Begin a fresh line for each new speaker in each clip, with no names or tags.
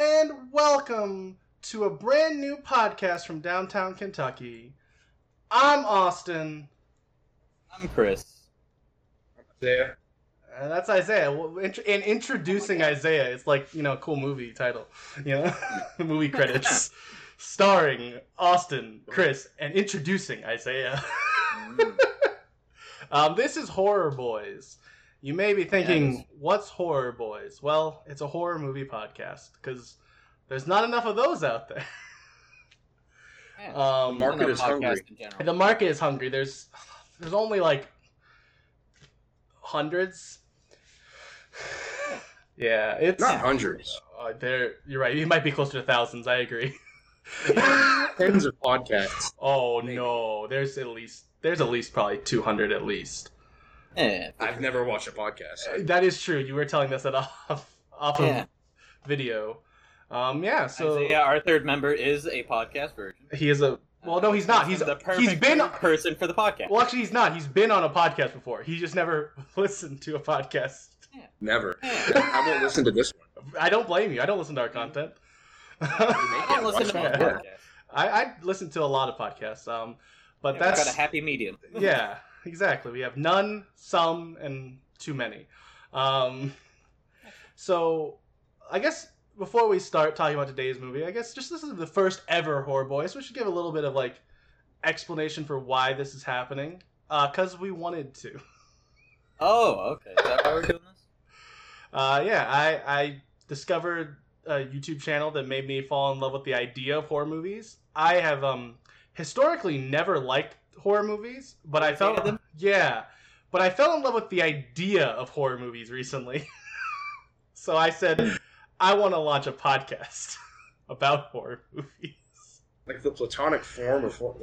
and welcome to a brand new podcast from downtown Kentucky. I'm Austin.
I'm Chris.
Isaiah.
Uh, that's Isaiah. Well, int- And introducing Isaiah, it's like you know, cool movie title, you know, movie credits, starring Austin, Chris, and introducing Isaiah. Mm. Um, this is Horror Boys. You may be thinking,
Yes.
what's Horror Boys? Well, it's a horror movie podcast because there's not enough of those out there.
Yeah.
Um,
Market
Another
is hungry.
podcast in general.
the market is hungry. There's there's only like hundreds. Yeah, it's
Not hundreds,
uh, there. You're right. You might be closer to thousands. I agree.
tens of podcasts.
oh
Maybe.
no, there's at least there's at least probably 200 at least.
Yeah.
I've never watched a podcast.
Uh, That is true. You were telling us that off off
Yeah.
of video. Um, yeah. So
Isaiah, our third member, is a podcast version.
he is a well. No, he's not. He's
the perfect
he's been
person for the podcast.
well. Actually, he's not. He's been on a podcast before. He just never listened to a podcast.
Never.
Yeah.
I won't listen to this one.
I don't blame you. I don't listen to our
Mm-hmm.
content.
I don't listen to my
Yeah.
podcast.
I, I listen to a lot of podcasts. Um, but
I've
that's
got a happy medium.
yeah, exactly. We have none, some, and too many. Um, so, I guess before we start talking about today's movie, I guess just this is the first ever Horror Boys. We should give a little bit of like explanation for why this is happening, because we wanted to.
Oh, okay. Is that why we're doing this?
Uh, yeah, I, I discovered a YouTube channel that made me fall in love with the idea of horror movies. I have um, historically never liked horror movies, but I fell
Hated them?
yeah, but I fell in love with the idea of horror movies recently. so I said, I want to launch a podcast about horror movies.
Like the platonic form of. what-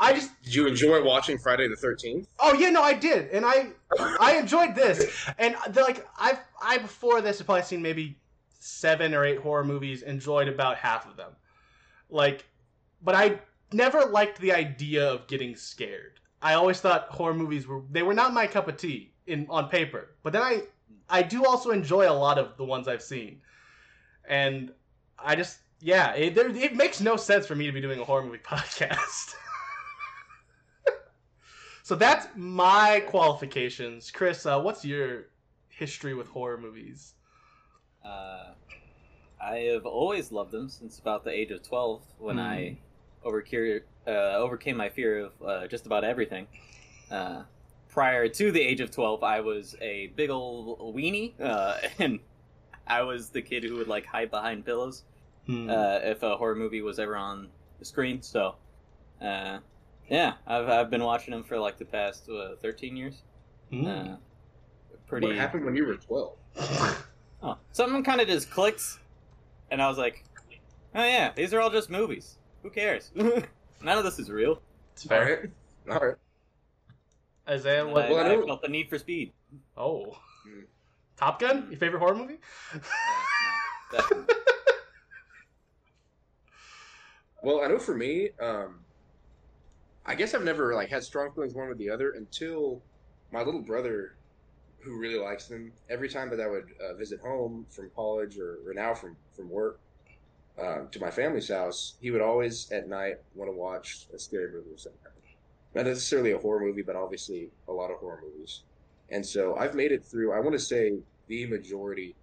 I just
Did you enjoy watching Friday the Thirteenth?
oh yeah no I did and I I enjoyed this, and the, like I've I before this have probably seen maybe seven or eight horror movies. Enjoyed about half of them, like, but I never liked the idea of getting scared. I always thought horror movies were they were not my cup of tea in on paper. But then I I do also enjoy a lot of the ones I've seen, and I just yeah it there, it makes no sense for me to be doing a horror movie podcast. So that's my qualifications, Chris. Uh, what's your history with horror movies?
Uh, I have always loved them since about the age of 12 when
Hmm.
I overcure, uh, overcame my fear of uh, just about everything. Uh, prior to the age of 12, I was a big old weenie, uh, and I was the kid who would like hide behind pillows
Hmm.
uh, if a horror movie was ever on the screen. So, uh, yeah, I've, I've been watching them for like the past uh, 13 years.
Hmm.
Uh,
What
pretty.
happened when you were twelve?
Oh, something kind of just clicks, and I was like, "Oh yeah, these are all just movies. Who cares? None of this is real."
It's fair.
All right. All right.
Isaiah,
And
what?
Well,
I, I
know-
felt the need for speed.
Oh,
Hmm.
Top Gun. Your favorite horror movie?
Yeah, no, definitely.
Well, I know for me, um, I guess I've never like had strong feelings one way or the other until my little brother, who really likes them, every time that I would uh, visit home from college or, or now from from work um, to my family's house, he would always at night want to watch a scary movie or something. Not necessarily a horror movie, but obviously a lot of horror movies. And so I've made it through. I want to say the majority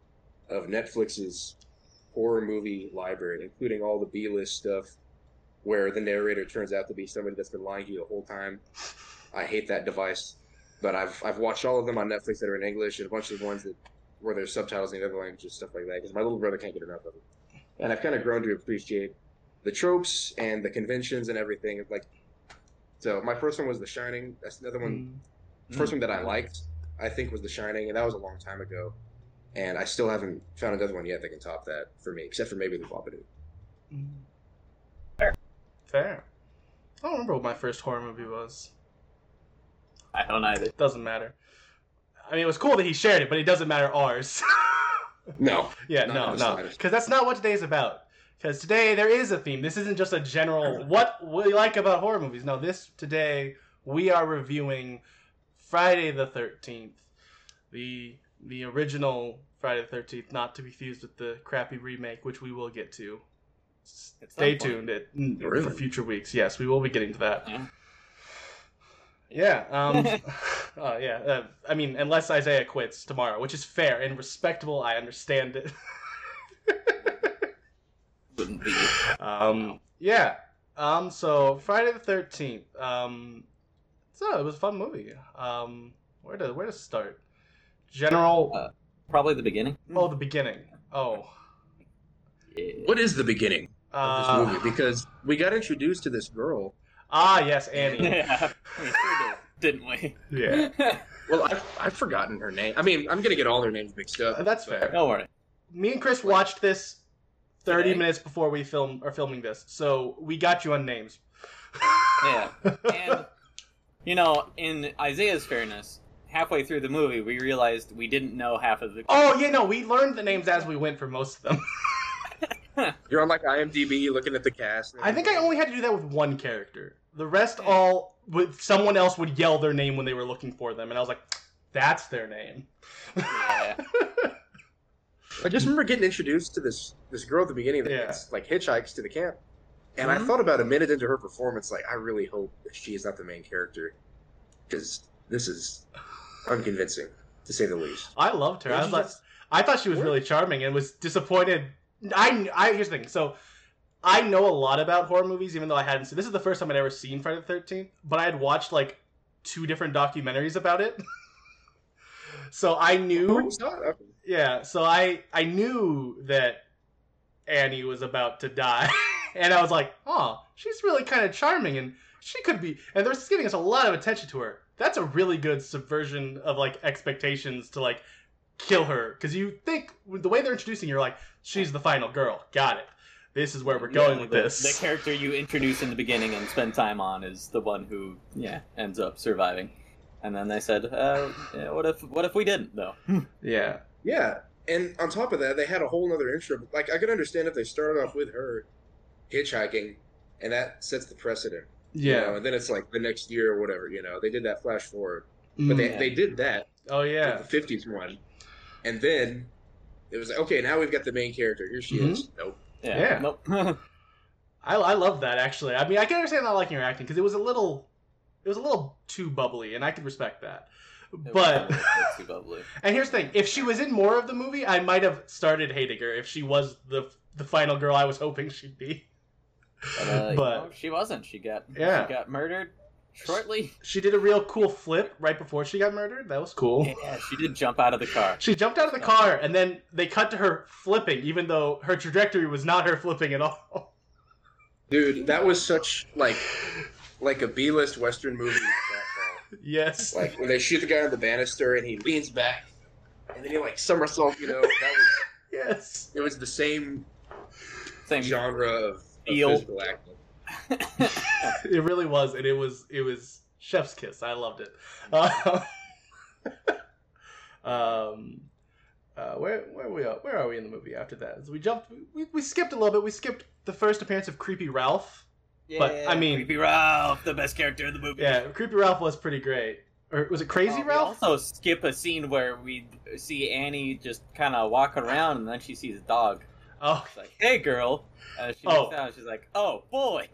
of Netflix's horror movie library, including all the B list stuff where the narrator turns out to be somebody that's been lying to you the whole time. I hate that device. But I've I've watched all of them on Netflix that are in English and a bunch of the ones that where there's subtitles in the other languages, stuff like that, because my little brother can't get enough of them. And I've kind of grown to appreciate the tropes and the conventions and everything. Like, so my first one was The Shining. That's another one
Hmm.
the first one that I liked, I think, was The Shining, and that was a long time ago. And I still haven't found another one yet that can top that for me, except for maybe The Babadook.
Hmm. Fair. I don't remember what my first horror movie was.
I don't either.
Doesn't matter. I mean, it was cool that he shared it, but it doesn't matter ours.
No,
Yeah,
Not
no,
in the
no,
slightest.
because that's not what today's about. Because today there is a theme. This isn't just a general what we like about horror movies. No, this today we are reviewing Friday the Thirteenth, the the original Friday the Thirteenth, not to be fused with the crappy remake, which we will get to.
At some
Stay
point.
tuned it, n- for
Really?
future weeks. Yes, we will be getting to that.
Yeah.
Yeah. Um, uh, yeah. Uh, I mean, unless Isaiah quits tomorrow, which is fair and respectable. I understand it.
Wouldn't be.
Um, yeah. Um, so Friday the Thirteenth. Um, so it was a fun movie. Um, where to where to start? General.
Uh, Probably the beginning.
oh, the beginning. Oh.
Yeah.
What is the beginning
Uh,
of this movie? Because we got introduced to this girl.
ah, yes, Annie.
Yeah. We sure did, didn't we?
yeah.
Well, I've, I've forgotten her name. I mean, I'm gonna get all their names mixed up.
Uh, That's fair.
Don't worry.
Me and Chris watched this 30
Today?
minutes before we film are filming this, so we got you on names.
Yeah. And you know, in Isaiah's fairness, halfway through the movie, we realized we didn't know half of the.
Oh yeah, no, we learned the names as we went for most of them.
You're on like IMDb, looking at the cast. and
I think I
everything.
only had to do that with one character. The rest
Yeah.
all with someone else would yell their name when they were looking for them, and I was like, "That's their name."
Yeah.
I just remember getting introduced to this this girl at the beginning that
Yeah.
like hitchhikes to the camp, and
Mhm.
I thought about a minute into her performance, like I really hope that she is not the main character, because this is unconvincing to say the least.
I loved her. I
Did
was
you
like,
just-
I thought she was really charming and was disappointed. I, I here's the thing. So I know a lot about horror movies, even though I hadn't seen. This is the first time I'd ever seen Friday the Thirteenth, but I had watched like two different documentaries about it. so I
Oh,
knew,
it's not- okay.
yeah. So I I knew that Annie was about to die, and I was like, oh, she's really kind of charming, and she could be. And they're just giving us a lot of attention to her. That's a really good subversion of like expectations to like kill her because you think with the way they're introducing, you're like, she's the final girl. Got it. This is where we're going
Yeah,
with
the-
this.
The character you introduce in the beginning and spend time on is the one who, yeah, ends up surviving. And then they said, uh, yeah, "What if? What if we didn't though?"
yeah.
Yeah, and on top of that, they had a whole other intro. Like I could understand if they started off with her hitchhiking, and that sets the precedent. you know,
Yeah.
and then it's like the next year or whatever. You know, they did that flash forward, but they
Mm.
they did that.
oh yeah.
the fifties one, and then it was like, okay, now we've got the main character. Here she is.
Mm-hmm.
Nope.
Yeah.
Nope.
I, I love that actually. I mean, I can understand not liking her acting because it was a little, it was a little too bubbly, and I could respect that. But
It's too bubbly.
and here's the thing: if she was in more of the movie, I might have started hating her. If she was the the final girl I was hoping she'd be,
But, uh, you
But-
know, she wasn't. She got
Yeah.
she got murdered shortly.
she did a real cool flip right before she got murdered. That was cool.
Yeah, she did jump out of the car.
She jumped out of the car, and then they cut to her flipping, even though her trajectory was not her flipping at all.
Dude, that was such like like a B list Western movie. that,
yes.
uh, like when they shoot the guy on the banister and he leans back and then he like somersault, you know, that was
Yes.
it was the same
Same.
genre of, of
Feel.
physical acting.
It really was, and it was it was Chef's Kiss. I loved it. Uh, um, uh, where where we are where are we in the movie after that? So we jumped. We, we skipped a little bit. We skipped the first appearance of Creepy Ralph. But, I mean-
Creepy Ralph, the best character in the movie.
Yeah, Creepy Ralph was pretty great. Or was it Crazy
Uh, we
Ralph?
also skip a scene where we see Annie just kind of walking around, and then she sees a dog.
Oh,
She's like, "Hey, girl." Uh, she
Oh.
looks down. She's like, "Oh, boy."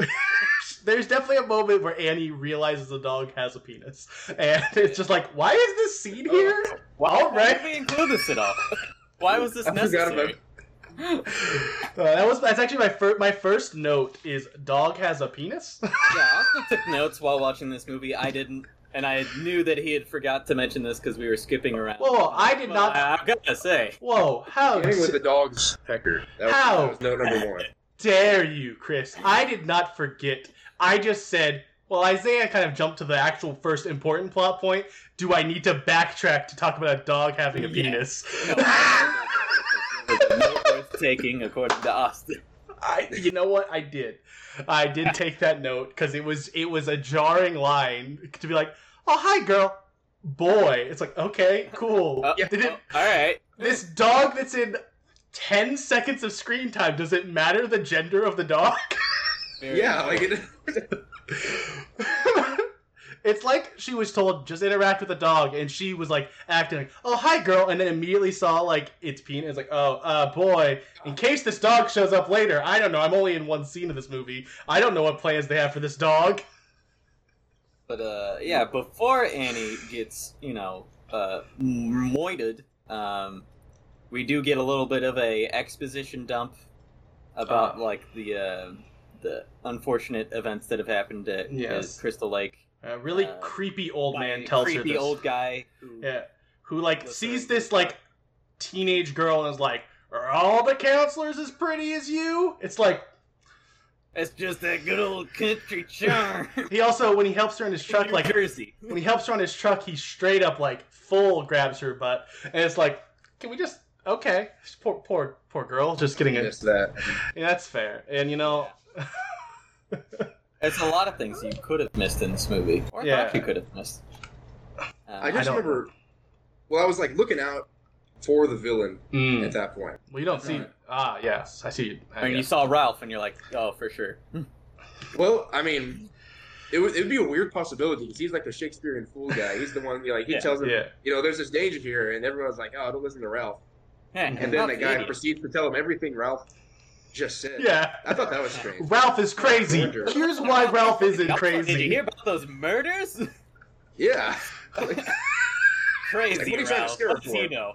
there's definitely a moment where Annie realizes the dog has a penis, and it's just like, why is this scene here?
Why
All right.
did we include this at all? Why was this
I forgot
necessary?
about
Uh, that was that's actually my first my first note is dog has a penis.
Yeah, I also took notes while watching this movie. I didn't, and I knew that he had forgot to mention this because we were skipping around.
Whoa, whoa, I did
Well,
not-
I, I've got to say,
Whoa, how
Beginning Oh, with the dog's pecker. That was,
Oh. How?
That was no number one.
dare you, Chris? I did not forget. I just said, well, Isaiah kind of jumped to the actual first important plot point. Do I need to backtrack to talk about a dog having a
Yeah.
penis?
no, I did not. It was not worth taking, according to Austin.
I, you know what? I did. I did take that note because it was it was a jarring line to be like, oh hi girl, boy. It's like okay, cool.
Oh,
Did it,
all right.
this dog that's in ten seconds of screen time does it matter the gender of the dog?
Very
Yeah, like it,
It's like she was told just interact with the dog, and she was like acting like, "Oh, hi, girl," and then immediately saw like its penis, like, "Oh, uh, boy." In case this dog shows up later, I don't know. I'm only in one scene of this movie. I don't know what plans they have for this dog.
But uh, yeah, before Annie gets you know uh, m- moited, um, we do get a little bit of a exposition dump about
Uh.
like the uh, the unfortunate events that have happened at
Yes.
at Crystal Lake.
A really
Uh,
creepy old
By
man
a
tells her
creepy
this.
old guy. Who,
yeah, who like
Listen.
sees this like teenage girl and is like, "Are all the counselors as pretty as you?" It's like
It's just that good old country charm.
he also when he helps her in his truck,
New
like
Jersey.
when he helps her on his truck, he straight up like full grabs her butt, and it's like, can we just okay? Poor poor poor girl, just getting it.
Missed that.
Yeah, that's fair, and you know,
It's a lot of things you could have missed in this movie, or
Yeah.
thought you could have missed. Uh,
I just
don't-
remember. Well, I was like looking out for the villain
mm,
at that point.
we don't see. Ah, yes, I see. you.
I mean, you saw Ralph, and you're like, oh, for sure.
Well, I mean, it would it'd be a weird possibility because he's like the Shakespearean fool guy. He's the one, you know, like he
Yeah,
tells him,
yeah,
you know, there's this danger here, and everyone's like, oh, don't listen to Ralph.
Mm-hmm.
And then the guy proceeds to tell him everything Ralph just said.
yeah.
I thought that was strange.
Ralph is crazy.
Wonder.
Here's why Ralph isn't
Did you
crazy.
hear about those murders?
Yeah,
Crazy,
Like, what are you trying to
Ralph.
scare her
What does he
for?
know?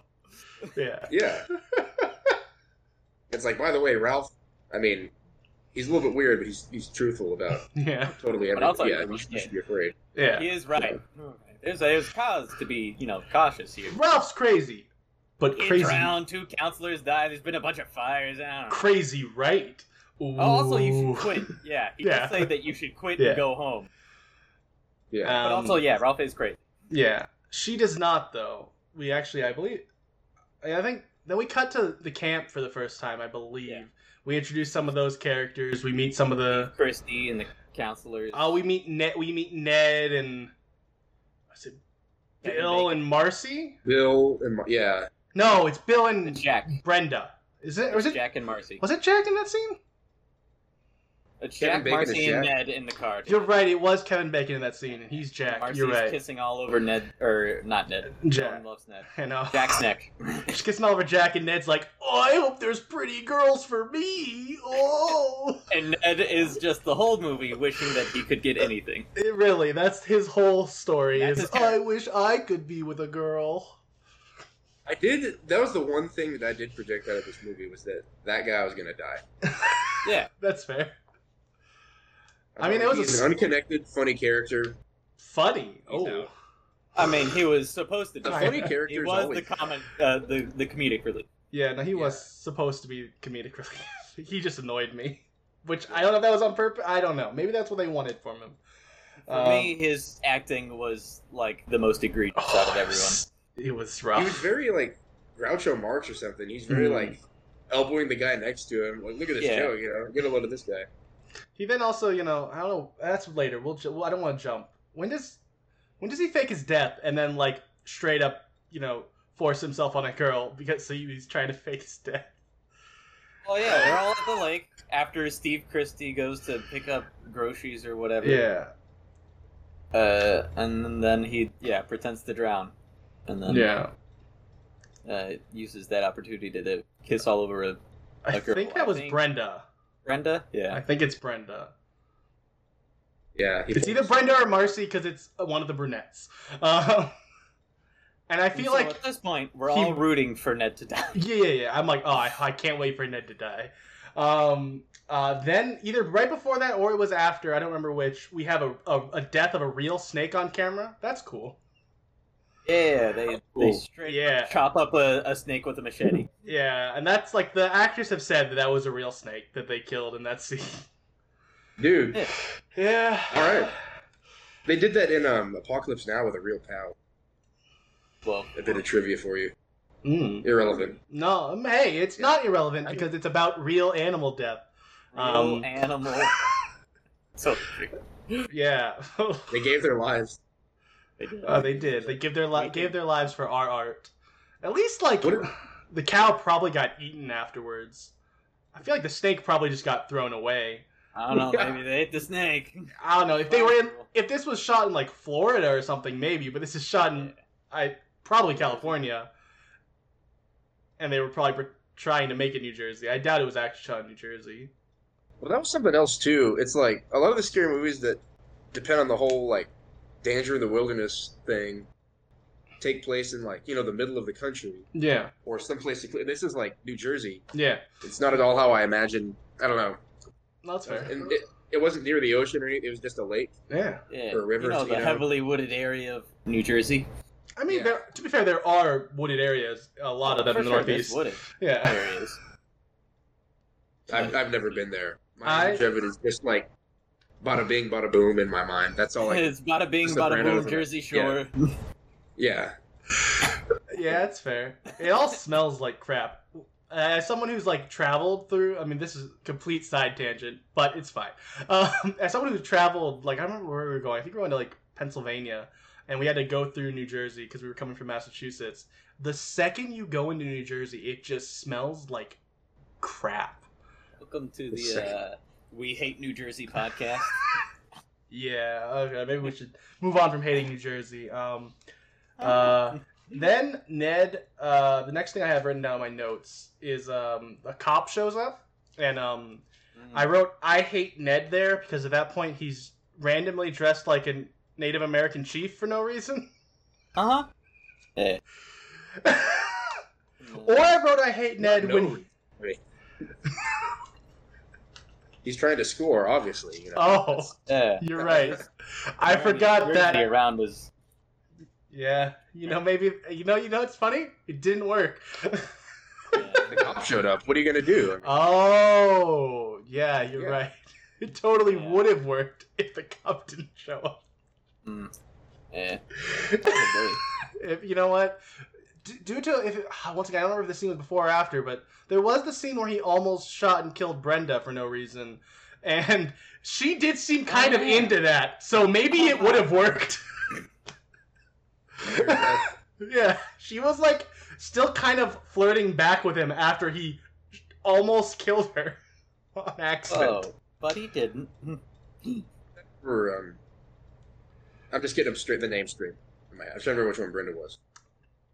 Yeah,
yeah. it's like, by the way, Ralph. I mean, he's a little bit weird, but he's he's truthful about
yeah,
totally
But I'll tell
everything.
you
Yeah,
what
you
he
should, you
did.
should be afraid.
yeah.
He is right. There's there's cause to be you know cautious here.
Ralph's crazy, but
He
crazy,
drowned. Two counselors died. There's been a bunch of fires. I don't know.
crazy, right? Ooh.
Oh, also, you should quit. Yeah, he
Yeah.
did say that you should quit
Yeah.
and go home.
Yeah.
Um,
But also, yeah, Ralph is crazy.
Yeah, she does not though. We actually, I believe, I I think then we cut to the camp for the first time. I believe
Yeah.
we introduce some of those characters. We meet some of the.
Christy and the counselors.
Oh, we meet Ned. We meet Ned and. Is it
Kevin
Bill
Bacon.
and Marcy?
Bill and Mar- yeah,
No, it's Bill and
Jack,
Brenda. Is it? Or is it?
Jack and Marcy.
Was it Jack in that scene?
Uh, Jack,
Bacon is
Marcy, and Ned in the car.
You're right. It was Kevin Bacon in that scene, and he's Jack.
Marcy's
You're right.
kissing all over Ned, or not Ned.
Jack.
Everyone loves Ned.
I know.
Jack's neck.
She gets all over Jack, and Ned's like, "Oh, I hope there's pretty girls for me." Oh.
And Ned is just the whole movie wishing that he could get anything.
It really, that's his whole story.
That's
is "Oh,
his character.
I wish I could be with a girl.
I did. That was the one thing that I did predict out of this movie was that that guy was gonna die.
That's fair. I mean, it was a-
he's an unconnected, funny character.
Funny.
You
Oh,
know. I mean, he was supposed to.
The
die.
funny character
He
is
was
always-
the common, uh, the the comedic relief.
yeah. No, he was supposed to be comedic relief. he just annoyed me, which I don't know if that was on purpose. I don't know. Maybe that's what they wanted from him.
For
Um,
me, his acting was like the most egregious
oh,
out of
it
everyone.
was- It was
He was
rough.
very like Groucho Marx or something. He's very
Mm.
like elbowing the guy next to him. Like, look at this
Hmm. Yeah.
joke. You know, get a load of this guy.
He then also, you know, I don't know. That's later. We'll. Ju- well, I don't want to jump. When does, when does he fake his death and then like straight up, you know, force himself on a girl because so he's trying to fake his death.
Oh yeah, they're all at the lake after Steve Christie goes to pick up groceries or whatever.
Yeah.
Uh, and then he yeah pretends to drown, and then uh, uses that opportunity to, to kiss all over a
I
Like your-
think that was
I think-
Brenda.
Brenda.
I
Yeah,
think it's Brenda.
Yeah, he-
It's either Brenda or Marcy because it's uh, one of the brunettes. Um, and I
And
feel
so
like,
at this point we're
he-
all rooting for Ned to die.
yeah, yeah, yeah. I'm like, oh, I, I can't wait for Ned to die. Um, uh, then either right before that or it was after, I don't remember which. We have a, a, a death of a real snake on camera. That's cool.
Yeah, they they
Cool.
straight
Yeah.
chop up a, a snake with a machete.
Yeah, and that's like the actors have said that that was a real snake that they killed in that scene.
dude.
Yeah.
All right. They did that in um, Apocalypse Now with a real pal.
Well,
A bit of trivia for you.
Mm.
Irrelevant.
No, um, hey, it's not irrelevant
I-
because it's about real animal death.
real
Um,
animal. so
Yeah.
They gave their lives.
they did.
Oh, they did. They give their li- gave their lives for our art. At least, like
What if-
the cow probably got eaten afterwards. I feel like the snake probably just got thrown away.
I don't know. Maybe they ate the snake.
I don't know if they were in. If this was shot in like Florida or something, maybe. But this is shot in, I probably California, and they were probably pr- trying to make it New Jersey. I doubt it was actually shot in New Jersey.
Well, that was something else too. It's like a lot of the scary movies that depend on the whole like danger in the wilderness thing take place in like you know the middle of the country
Yeah,
or someplace. you- This is like New Jersey.
yeah,
It's not at all how I imagined. I don't know.
that's fair.
And it, it wasn't near the ocean or anything. It was just a lake.
Yeah,
Yeah,
Or rivers,
you know, the
you know.
heavily wooded area of New Jersey.
I mean,
Yeah.
there, to be fair, there are wooded areas, a lot of them
For
in the
sure, there's
Northeast.
wooded
Yeah,
areas.
I've, I've never been there.
I-
My image of it is just like bada bing, bada boom in my mind. That's all. I,
it's bada bing, bada
Sopranos
boom,
and-
Jersey
yeah.
Shore.
yeah.
yeah, that's fair. It all smells like crap. Uh, As someone who's like traveled through, I mean, this is a complete side tangent, but it's fine. Um, as someone who traveled, like I remember where we were going. I think we were going to like Pennsylvania, and we had to go through New Jersey because we were coming from Massachusetts. The second you go into New Jersey, it just smells like crap.
Welcome to
It's
the
sick.
uh, We Hate New Jersey podcast.
Yeah, okay, maybe we should move on from hating New Jersey. Um, Uh, then Ned, uh, the next thing I have written down in my notes is um, a cop shows up, and um, I wrote I hate Ned there because at that point he's randomly dressed like a Native American chief for no reason.
uh
or I wrote I hate Ned when
He's trying to score, obviously. You know.
oh
Yeah.
you're right. I forgot
Jersey
that.
around was
Yeah, you know maybe you know you know it's funny. It didn't work.
yeah.
The cop showed up. What are you gonna do?
Oh yeah, you're
Yeah.
right. It totally
Yeah.
would have worked if the cop didn't show up.
Mm. yeah.
if you know what D- due to if it, once again i don't remember if the scene was before or after but there was the scene where he almost shot and killed brenda for no reason and she did seem kind of
Oh, yeah.
into that so maybe it would have worked yeah she was like still kind of flirting back with him after he almost killed her on accident
Oh, but he didn't. Hmm.
Or, um, I'm just getting them straight. The name straight. I'm trying to remember which one Brenda was.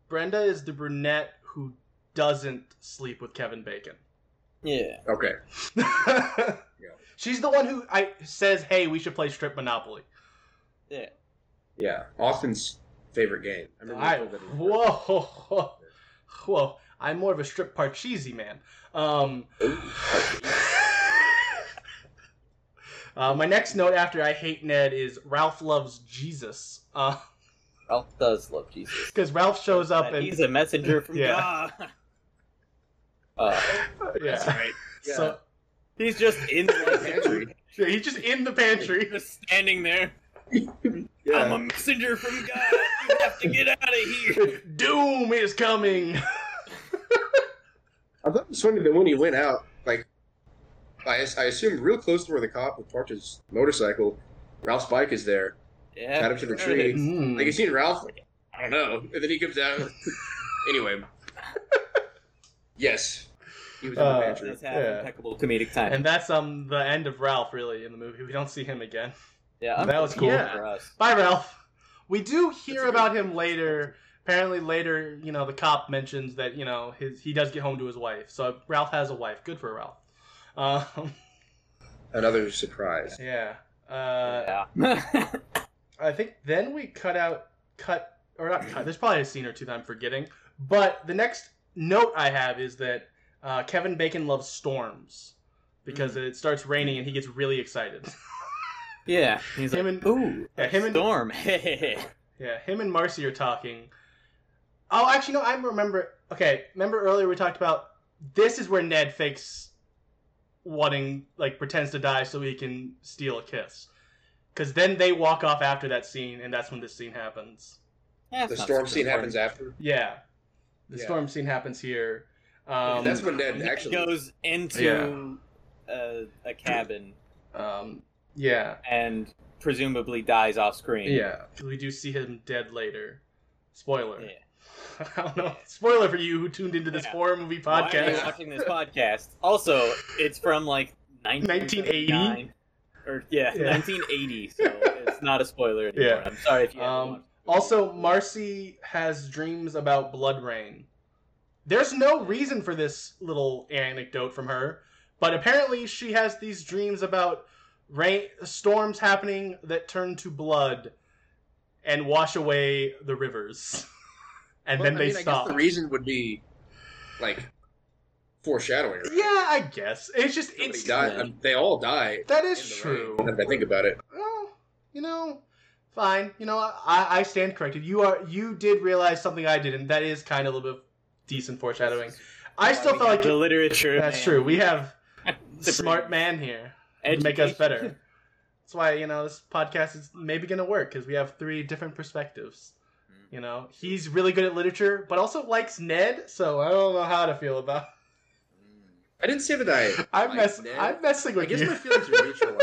brenda is the brunette who doesn't sleep with kevin bacon
Yeah.
Okay.
She's the one who I says, "Hey, we should play strip monopoly."
Yeah.
Yeah. Austin's favorite game. I remember.
I,
we played that in-
whoa, whoa, whoa! I'm more of a strip parcheesi man. Um, uh, my next note after I hate Ned is Ralph loves Jesus because
Ralph does love Jesus.
Ralph shows up
That
and
he's a messenger from
Yeah.
God. Uh,
That's
yeah,
right. Yeah.
so
he's just in the
Pantry.
yeah, he's just in the pantry.
just standing there. I'm a
Yeah.
messenger from God. You have to get out of here.
Doom is coming.
I thought it was funny that when he went out, like, I, I assumed real close to where the cop had parked his motorcycle, Ralph's bike is there.
Yeah.
Got him to the
there it
tree.
is.
Mm.
Like, you seen Ralph? Like, I don't know. And then he comes out. anyway. yes. He was in
Uh,
the pantry.
Does have
Yeah.
impeccable comedic time.
And that's um the end of Ralph really in the movie. We don't see him again.
yeah, I'm
that was cool.
yeah. for us.
Bye, Ralph. We do hear
That's a
about him later. Apparently, later, you know, the cop mentions that you know his he does get home to his wife. So Ralph has a wife. Good for Ralph. Um,
Another surprise.
yeah. Uh,
yeah.
I think then we cut out cut or not cut. There's probably a scene or two that I'm forgetting. But the next note I have is that uh, Kevin Bacon loves storms because it starts raining and he gets really excited.
yeah. He's
Him
like,
and-
ooh,
yeah,
a
him and-
storm. Hey.
Yeah, him and Marcy are talking. Oh, actually, no, I remember. Okay, remember earlier we talked about this is where Ned fakes wanting, like, pretends to die so he can steal a kiss. Because then they walk off after that scene, and that's when this scene happens.
The storm scene happens after.
Yeah. The
Yeah.
storm scene happens here. Um,
That's when Ned
He
actually.
goes into uh a cabin
um, yeah.
and presumably dies off screen.
Yeah. We do see him dead later. Spoiler.
Yeah.
I don't know. Spoiler for you who tuned into this
Yeah.
horror movie
Why are you
podcast.
watching this podcast? Also, it's from like 1989. or yeah,
Yeah.
1980. So it's not a spoiler anymore.
Yeah.
I'm sorry if you. haven't
Um,
watched it.
Also, Marcy has dreams about blood rain. There's no reason for this little anecdote from her, but apparently she has these dreams about rain storms happening that turn to blood and wash away the rivers. and
Well,
then
I
they
mean, I guess
stop.
the reason would be like foreshadowing. right?
yeah, I guess. It's just
Somebody
it's
died-
yeah.
um, they all die.
that is
in the
true.
rain, Now that I think about it,
well, you know, fine. You know, I, I stand corrected. You are you did realize something I didn't. That is kind of a little bit of decent foreshadowing. I
Well,
still
we
felt
have
like
the literature.
that's
man.
true. We have
The
smart man
brain.
here to make us
Education.
better. That's why you know this podcast is maybe gonna work because we have three different perspectives. You know, he's really good at literature, but also likes Ned. So I don't know how to feel about.
I didn't say that I.
I'm
like
mess-
Ned.
I'm messing
I
with
guess
you.
my feelings are mutual.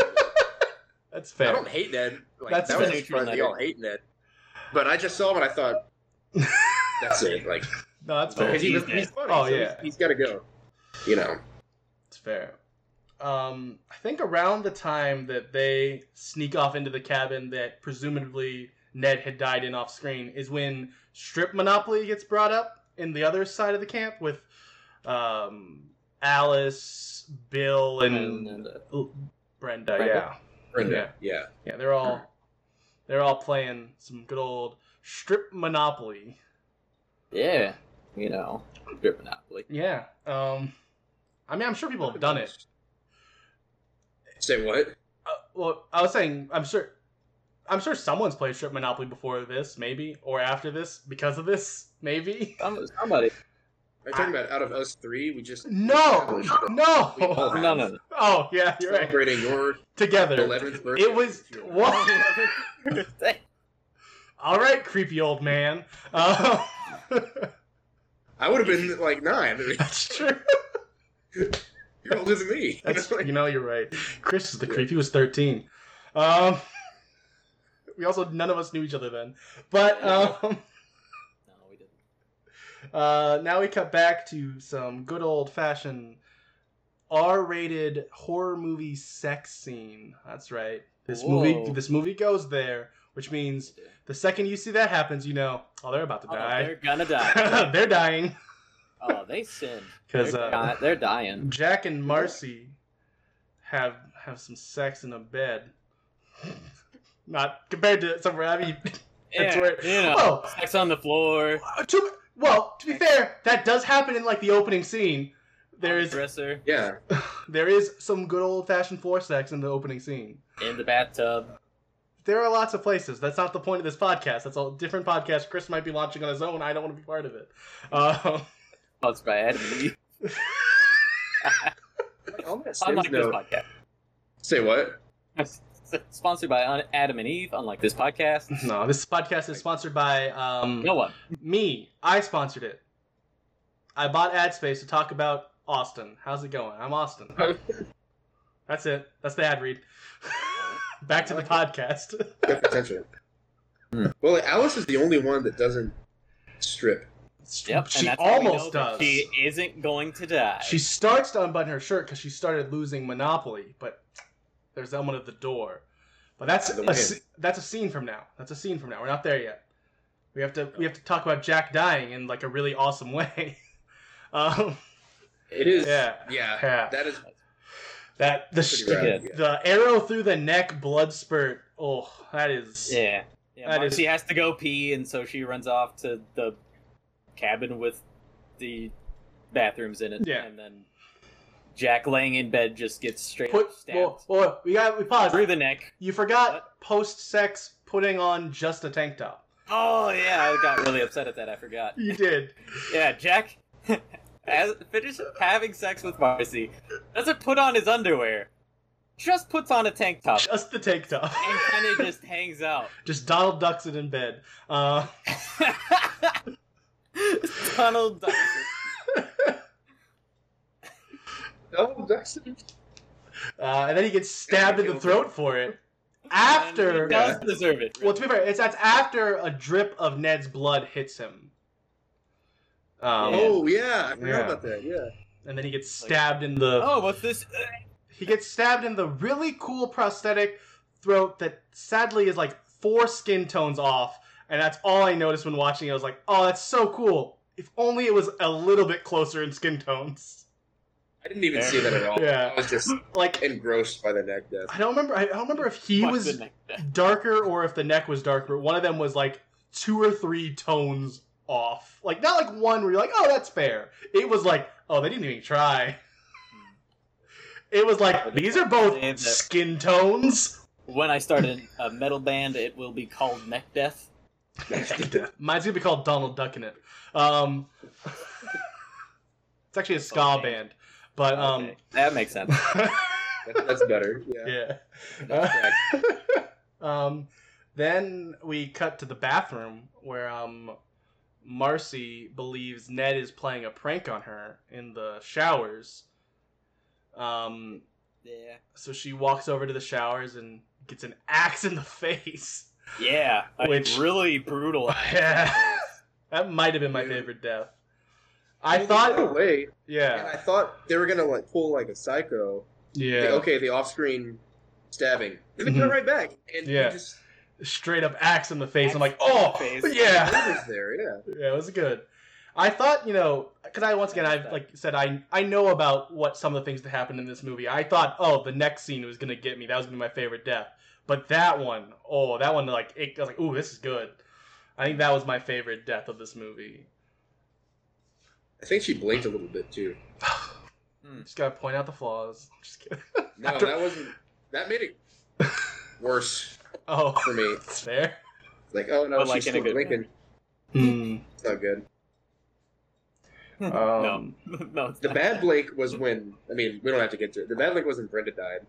that's
I
fair.
don't hate Ned. Like,
That's
that was
fair.
a surprise that y'all hate Ned. But I just saw him and I thought, that's it. Like,
No, that's fair.
because he,
He's
was- he's funny.
Oh,
so he's-
yeah.
he's got to go. You know.
It's fair. Um, I think around the time that they sneak off into the cabin that presumably Ned had died in off screen is when Strip Monopoly gets brought up in the other side of the camp with um, Alice, Bill, and,
And, uh,
L- Brenda.
Brenda?
Brenda. Yeah.
Yeah, yeah, they're all they're all playing some good old Strip Monopoly.
yeah, you know, strip monopoly.
Yeah. Um, I mean, I'm sure people have done it.
Say what?
Uh, well, I was saying, I'm sure, I'm sure someone's played Strip Monopoly before this, maybe, or after this, because of this, maybe.
Some- Somebody.
Are you talking about out of us three? We just
No,
We all
no.
No, no, no.
Oh yeah, you're right.
celebrating your
Together,
eleventh birthday.
it was what? All right, creepy old man. Uh,
I would have been like nine. I mean,
that's true.
You're older than me.
That's
Like,
you know you're right. Chris is the creep. He was 13. Um, we also none of us knew each other then, but um.
No, we didn't.
Uh, now we cut back to some good old fashioned R-rated horror movie sex scene. That's right. This
Whoa.
movie this movie goes there, which means the second you see that happens, you know, oh, they're about to
Oh,
die.
they're gonna die.
They're, dying
oh, they sin.
because
they're,
uh,
di- they're dying.
Jack and Marcy have have some sex in a bed. Not compared to somewhere. I mean, that's
yeah,
where-
you know,
oh,
sex on the floor.
Uh, to, well, to be fair, that does happen in like the opening scene. There
on the
is
dresser
yeah.
there is some good old fashioned floor sex in the opening scene.
in the bathtub.
There are lots of places. That's not the point of this podcast. That's a different podcast. Chris might be launching on his own. I don't want to be part of it. Uh,
Sponsored by Adam and Eve.
All that stems
Unlike this
though. Say what?
podcast. Sponsored by Un- Adam and Eve. Unlike this podcast,
no, this podcast is sponsored by um,
no one.
me. I sponsored it. I bought ad space to talk about Austin. How's it going? I'm Austin. That's it. That's the ad read. Back to the podcast.
Got potential.
Hmm.
Well, like, Alice is the only one that doesn't strip.
Yep,
she
and that's how we know
almost
that
does.
She isn't going to die.
She starts to unbutton her shirt because she started losing Monopoly, but there's someone at the door. But that's
The
a,
win.
sce- that's a scene from now. That's a scene from now. We're not there yet. We have to we have to talk about Jack dying in like a really awesome way. um,
It is.
Yeah.
Yeah.
yeah,
That is.
that the sh-
Pretty rad,
the, the arrow through the neck blood spurt. Oh, that is
Yeah. Yeah,
That is-
Marcy has to go pee, and so she runs off to the cabin with the bathrooms in it.
Yeah.
And then Jack laying in bed just gets straight
Put,
up stabbed
well, well, we got we paused.
through the neck.
You forgot
What?
post sex putting on just a tank top.
Oh, yeah, I got really upset at that. I forgot.
You did.
Yeah, Jack as, finishes having sex with Marcy, doesn't put on his underwear, just puts on a tank top,
Just the tank top.
and kind of just hangs out.
Just Donald ducks it in bed. Uh,
Donald Duck.
Oh, that's.
uh, and then he gets stabbed in the throat for it. After,
And he does deserve it.
well, to be fair, it's that's after a drip of Ned's blood hits him. Um,
Oh yeah, I forgot
Yeah.
about that. Yeah.
and then he gets stabbed in the.
Oh, what's this?
He gets stabbed in the really cool prosthetic throat that sadly is like four skin tones off. And that's all I noticed when watching it. I was like, oh, that's so cool. If only it was a little bit closer in skin tones.
I didn't even see that at all.
Yeah.
I was just
Like,
engrossed by the neck death.
I don't remember. I don't remember if he
Fuck
was
the neck.
darker or if the neck was darker. One of them was like two or three tones off. Like not like one where you're like, oh, that's fair. It was like, oh, they didn't even try. It was like these are both skin tones.
When I started a metal band, it will be called Neck Death.
Mine's gonna be called Donald Duck in it. Um, it's actually a ska
Okay.
band, but um,
Okay, that makes sense.
That- that's better. Yeah.
yeah.
That's correct.
Um, then we cut to the bathroom where um, Marcy believes Ned is playing a prank on her in the showers. Um,
Yeah.
so she walks over to the showers and gets an axe in the face.
Yeah. a
Which-
really brutal.
Yeah. that might have been my
Dude.
favorite death. I
They cut
thought,
away, and
yeah,
I thought they were gonna like pull like a psycho.
yeah,
Like, okay, the off-screen stabbing. Then they
Mhm.
cut right back, and
Yeah.
you just
straight up axe in the face. I'm like,
Axe in the
oh,
face.
yeah.
was there. Yeah.
Yeah, it was good. I thought, you know, because I once again, I like said, I I know about what some of the things that happened in this movie. I thought, oh, the next scene was gonna get me. That was gonna be my favorite death. But that one, oh, that one, like, it, I was like, ooh, this is good. I think that was my favorite death of this movie.
I think she blinked a little bit too.
Just gotta point out the flaws. Just kidding.
No,
After-
that wasn't. That made it worse
Oh,
for me.
it's there.
Like, oh no,
But, like,
she's
in a
still
good way.
blinking. It's not good.
Um, no, it's
The
not
bad
that.
Blake was when. I mean, we don't have to get to it. The bad Blake was when Brenda died.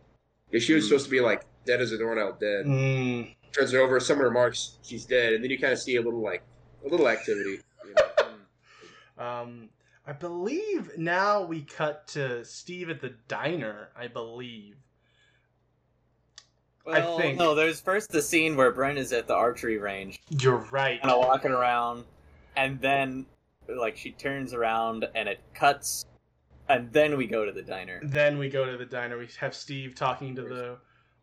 'Cause she was
Hmm.
Mm.
supposed to be like dead as a doornail, dead.
Mm.
Turns it over. Someone remarks she's dead, and then you kind of see a little like a little activity. You know?
Um, I believe now we cut to Steve at the diner. I believe. I
Well,
think-
No, there's first the scene where Brent is at the archery range,
You're right.
kind of walking around, and then like she turns around and it cuts, and then we go to the diner.
then we go to the diner. We have Steve talking to the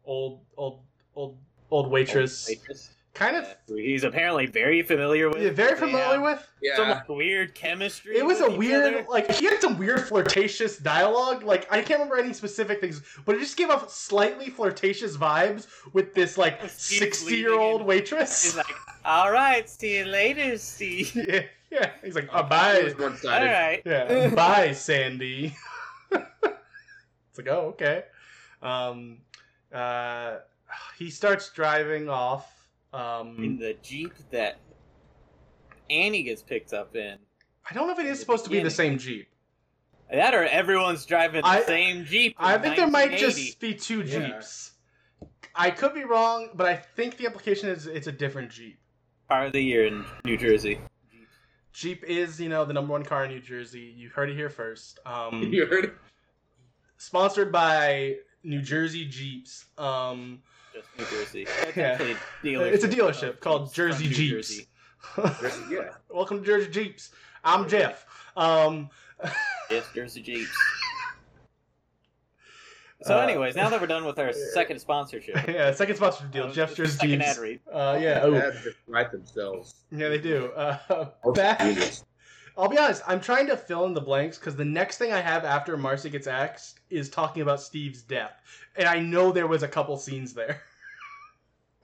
old, old, old, old waitress.
Waitress.
Kind of
Who he's apparently very familiar with. um,
yeah, very familiar
Yeah.
with.
yeah.
Some like, weird chemistry.
It was
with
a
each
weird,
other.
like he had some weird flirtatious dialogue. Like I can't remember any specific things, but it just gave off slightly flirtatious vibes with this like
Steve's
sixty-year-old
leaving.
waitress.
She's like, "All right, see you later, Steve."
yeah, yeah. He's like, oh,
It
bye,
was one
All
sided.
right.
yeah, bye, Sandy. it's like, oh, okay. Um, uh, he starts driving off.
In
Um,
the jeep that Annie gets picked up in.
I don't know if it
in
is
the
supposed to be the same
beginning.
Jeep.
That or everyone's driving the
I-
same jeep. in
I think there might
1980.
just be two
Yeah.
Jeeps. I could be wrong, but I think the implication is it's a different Jeep.
car of the year in New Jersey.
Jeep is, you know, the number one car in New Jersey. You heard it here first. Um,
You heard? it?
Sponsored by New Jersey Jeeps. Um,
Just New Jersey.
Yeah.
Actually, dealership
It's a dealership
of
called
Jeeps
Jersey
from New
Jeeps.
There's- Yeah.
Welcome to Jersey Jeeps. I'm Jeff. Um,
Yes, Jersey Jeeps. So,
Uh,
anyways, now that we're done with our second sponsorship,
yeah, second sponsor deal.
uh,
Jeff
the
Jersey
second
Jeeps.
ad read.
Uh, yeah.
They
Oh,
had to write themselves.
yeah, they do. Uh,
Oh,
back.
genius.
I'll be honest. I'm trying to fill in the blanks because the next thing I have after Marcy gets axed is talking about Steve's death, and I know there was a couple scenes there.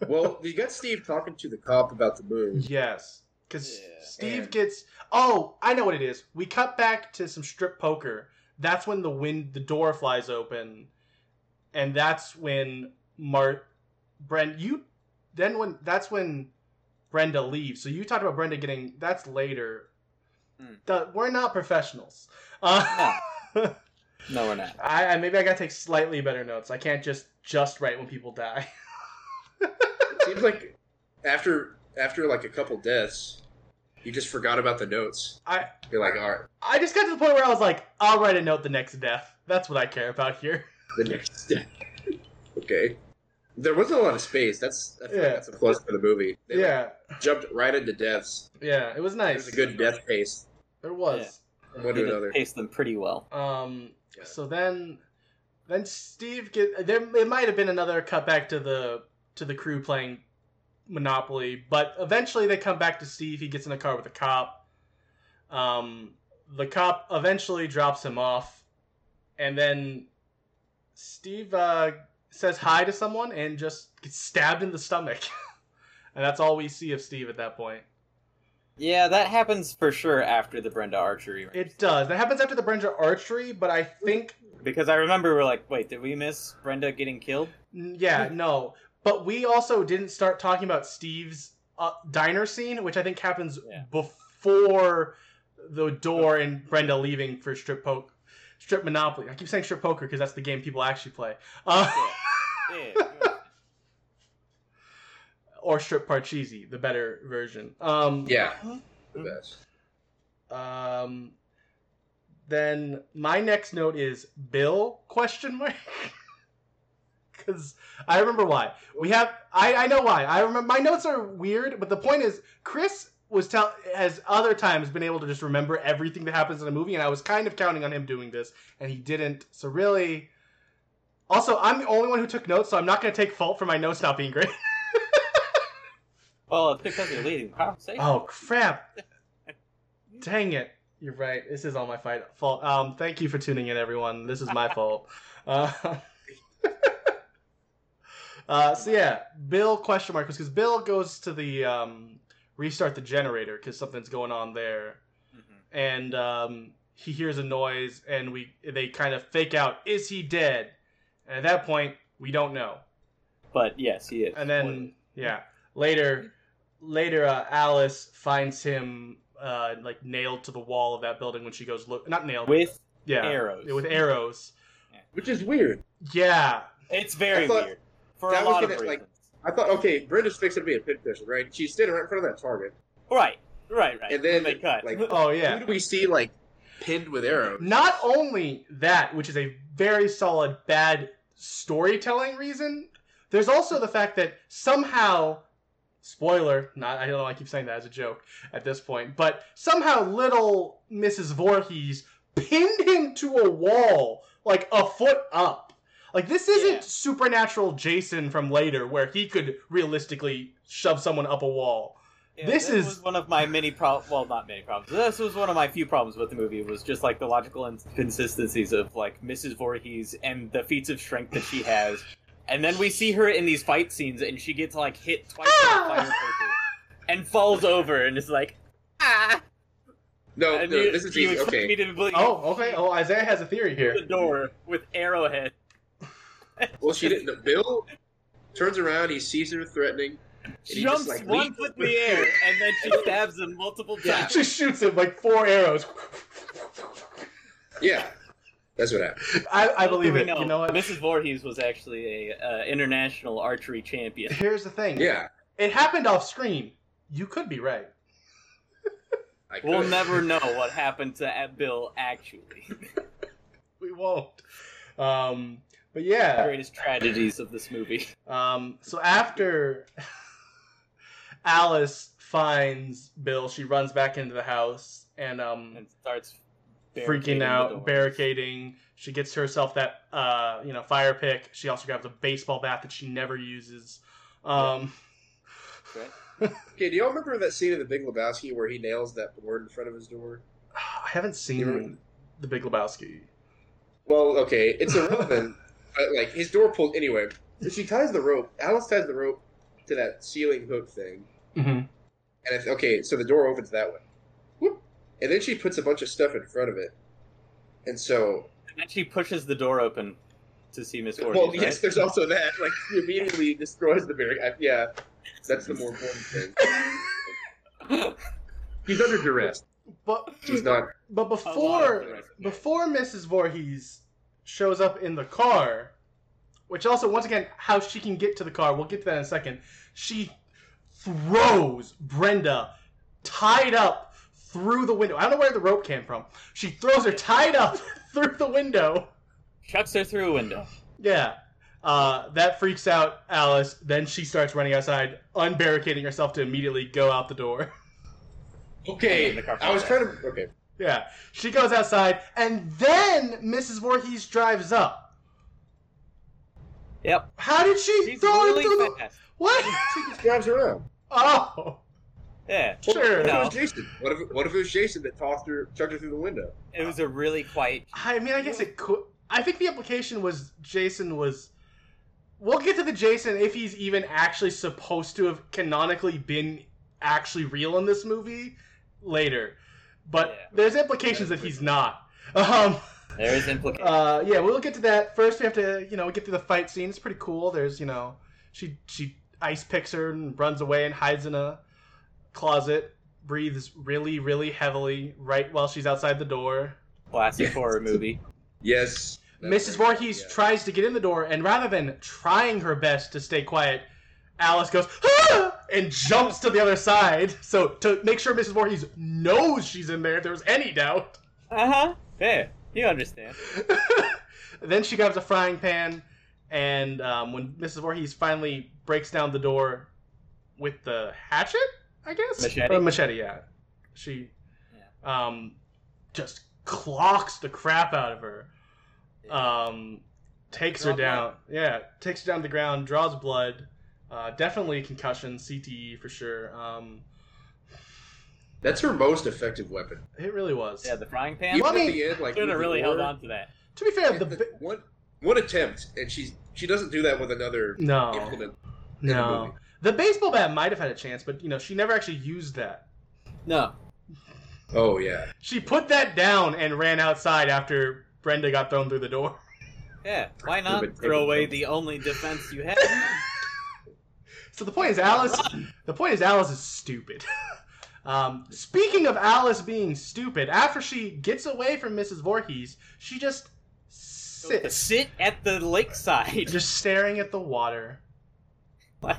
Well, you got Steve talking to the cop about the move.
yes, because
Yeah.
Steve
And-
gets. Oh, I know what it is. We cut back to some strip poker. That's when the wind, the door flies open, and that's when Mart, Brent, you. Then when that's when Brenda leaves. So you talked about Brenda getting. That's later.
Hmm.
The- we're not professionals. Uh,
No. No, we're not.
I, I maybe I gotta take slightly better notes. I can't just just write when people die.
It seems like after after like a couple deaths, you just forgot about the notes.
I-
You're like, all right,
I just got to the point where I was like, I'll write a note the next death. That's what I care about here.
the next death. okay. There wasn't a lot of space. That's I feel
Yeah.
like that's a plus for the movie. They like,
yeah,
jumped right into deaths.
yeah, it was
It
nice.
was a good death pace
There was.
from one
We
to
did
another.
pace them pretty well.
Um,
Yeah.
so then Then Steve get there. It might have been another cutback to the to the crew playing Monopoly, but eventually they come back to Steve. He gets in a car with a cop. Um, the cop eventually drops him off, and then Steve uh, says hi to someone and just gets stabbed in the stomach, and that's all we see of Steve at that point.
Yeah, that happens for sure after the Brenda archery. range.
It does. That happens after the Brenja archery, but I think
because I remember we're like, wait, did we miss Brenda getting killed?
N- Yeah, no. But we also didn't start talking about Steve's uh, diner scene, which I think happens
Yeah.
before the door and Brenda leaving for strip poke, strip monopoly. I keep saying strip poker because that's the game people actually play, uh,
Yeah.
or strip parcheesi, the better version. Um,
Yeah,
Mhm.
the best.
Um, then my next note is Bill question mark because I remember why we have I I know why I remember my notes are weird but the point is Chris was tell has other times been able to just remember everything that happens in a movie and I was kind of counting on him doing this and he didn't so really also I'm the only one who took notes so I'm not gonna take fault for my notes not being great
Well, it's because you're leading the conversation.
Oh crap! Dang it! You're right. This is all my fight, fault. Um, thank you for tuning in, everyone. This is my fault. Uh, uh, so yeah, Bill question mark because Bill goes to the um, restart the generator because something's going on there,
Mhm.
and um, he hears a noise, and we they kind of fake out. Is he dead? And at that point, we don't know.
But yes, he is.
And then yeah, later, later uh, Alice finds him uh, like nailed to the wall of that building when she goes look. Not nailed
with
yeah
arrows.
with arrows.
Which is weird.
Yeah,
It's very
I thought-
weird for
that
a
was
lot of
gonna,
reasons.
like- I thought, okay, Brenda's fixing to be a pit pisher, right? She's standing right in front of that target.
Right, right, right.
And then,
they cut.
like-
Oh
Who
yeah.
do we see like pinned with arrows?
Not only that, which is a very solid bad storytelling reason. There's also the fact that somehow, spoiler, not I don't know. I keep saying that as a joke at this point, but somehow little Mrs. Voorhees pinned him to a wall like a foot up. Like this isn't
Yeah.
supernatural Jason from later where he could realistically shove someone up a wall.
Yeah,
this is-
was one of my many problems. Well, not many problems. This was one of my few problems with the movie. Was just like the logical inconsistencies of like Mrs. Voorhees and the feats of strength that she has, and then we see her in these fight scenes, and she gets like hit twice
Ah!
by a fire poker and falls over, and is like, ah.
No,
and
Oh, no,
you,
this is
you
easy.
expect
Okay,
me to believe
Oh, okay. Oh, Isaiah has a theory here.
the door with arrowhead.
well, she didn't. No, Bill turns around, he sees her threatening, and he
jumps
just like
one
leaps.
foot in the air and then she stabs him multiple
Yeah.
times.
She shoots him like four arrows.
Yeah, that's what happened.
I, I
Little do
believe
we
it. You know what?
Mrs. Voorhees was actually a uh, international archery champion.
Here's the thing.
Yeah,
It happened off screen. You could be right.
I could.
We'll never know what happened to Aunt Bill actually.
We won't. Um, but
The
yeah.
greatest tragedies of this movie.
Um, so after Alice finds Bill, she runs back into the house and um,
And starts barricading
freaking
the
out,
doors.
barricading. She gets herself that uh, you know fire pick. She also grabs a baseball bat that she never uses. Um,
Right?
Okay, do y'all remember that scene in The Big Lebowski where he nails that board in front of his door?
I haven't seen The Big Lebowski.
Well, okay, it's irrelevant, but like his door pulled anyway. So she ties the rope. Alice ties the rope to that ceiling hook thing,
Mm-hmm.
and if, okay, so the door opens that way. Whoop. And then she puts a bunch of stuff in front of it, and so
And then she pushes the door open to see Miss Voorhees.
well, yes,
right?
there's also that. Like she immediately destroys the barricade. Yeah, that's the more important thing. He's under duress.
But
She's not.
but
A lot of
before
direct-
before Mrs. Voorhees shows up in the car, which also once again how she can get to the car, we'll get to that in a second. She throws Brenda tied up through the window. I don't know where the rope came from. She throws her tied up through the window.
Chucks her through a window.
Yeah. Uh, that freaks out Alice. Then she starts running outside, unbarricading herself to immediately go out the door.
Okay, I was trying to. Okay,
Yeah, she goes outside, and then Mrs. Voorhees drives up.
Yep.
How did she
She's
throw it
really
through the
fast.
what?
She just drives around.
Oh,
Yeah.
sure.
What if
No.
it was Jason? What if, what if it was Jason that tossed her, chucked her through the window?
It was a really quiet.
I mean, I guess it could. I think the implication was Jason was. We'll get to the Jason if he's even actually supposed to have canonically been actually real in this movie later, but
Yeah.
there's implications that he's not. Um,
There is implication.
uh, yeah, we'll get to that. First, we have to, you know, get through the fight scene. It's pretty cool. There's, you know, she she ice picks her and runs away and hides in a closet. Breathes really, really heavily right while she's outside the door.
Classic
Yeah.
horror movie.
Yes.
Mrs. Voorhees
Yeah.
tries to get in the door, and rather than trying her best to stay quiet, Alice goes "Ah!" and jumps to the other side. So to make sure Mrs. Voorhees knows she's in there, if there was any doubt.
Uh huh. Yeah. You understand.
then she grabs a frying pan, and um, when Mrs. Voorhees finally breaks down the door with the hatchet, I guess
Machete.
Or machete, yeah. She um, just clocks the crap out of her. um, takes her
Draw
down. Yeah, takes her down to the ground, draws blood. Uh, definitely concussion, CTE for sure. Um,
That's her most effective weapon.
it really was.
yeah, the frying pan.
Let
Even
me-
at the end, like
Should
with
have
the
really held
oar,
on to that.
to be fair, the
the-
bi-
one one attempt, and she's she doesn't do that with another
no,
implement. in the
no,
movie.
the baseball bat might have had a chance, but you know she never actually used that.
No.
Oh yeah,
She put that down and ran outside after Brenda got thrown through the door.
Yeah. Why
Could've
not
been
throw
taken
away
from-
the only defense you had?
So the point is Alice. The point is Alice is stupid. um, speaking of Alice being stupid, after she gets away from Mrs. Voorhees, she just sits.
Sit at the lakeside.
just staring at the water.
like,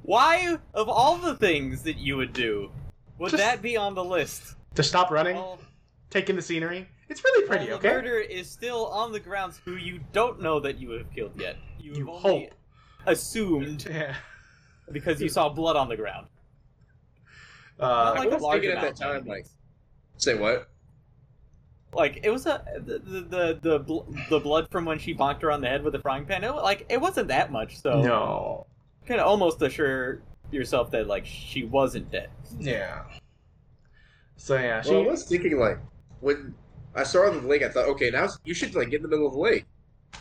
why of all the things that you would do, would
Just-
that be on the list?
To stop running,
Well,
take in the scenery. It's really pretty,
Well,
okay?
The murderer is still on the grounds who you don't know that you have killed yet. You've
You
only
hope. Uh,
assumed
Yeah.
because you saw blood on the ground. Not
Uh,
like a
was
large
thinking at
amount,
that
by any
time, like-
means.
say what?
Like, it was a the the the, the, bl- the blood from when she bonked her on the head with a frying pan. It, wa- like it wasn't that much, so
no.
you can almost assure yourself that like she wasn't dead.
Yeah. So yeah, she.
Well, I was thinking like when I saw her on the lake, I thought, okay, now you should like get in the middle of the lake.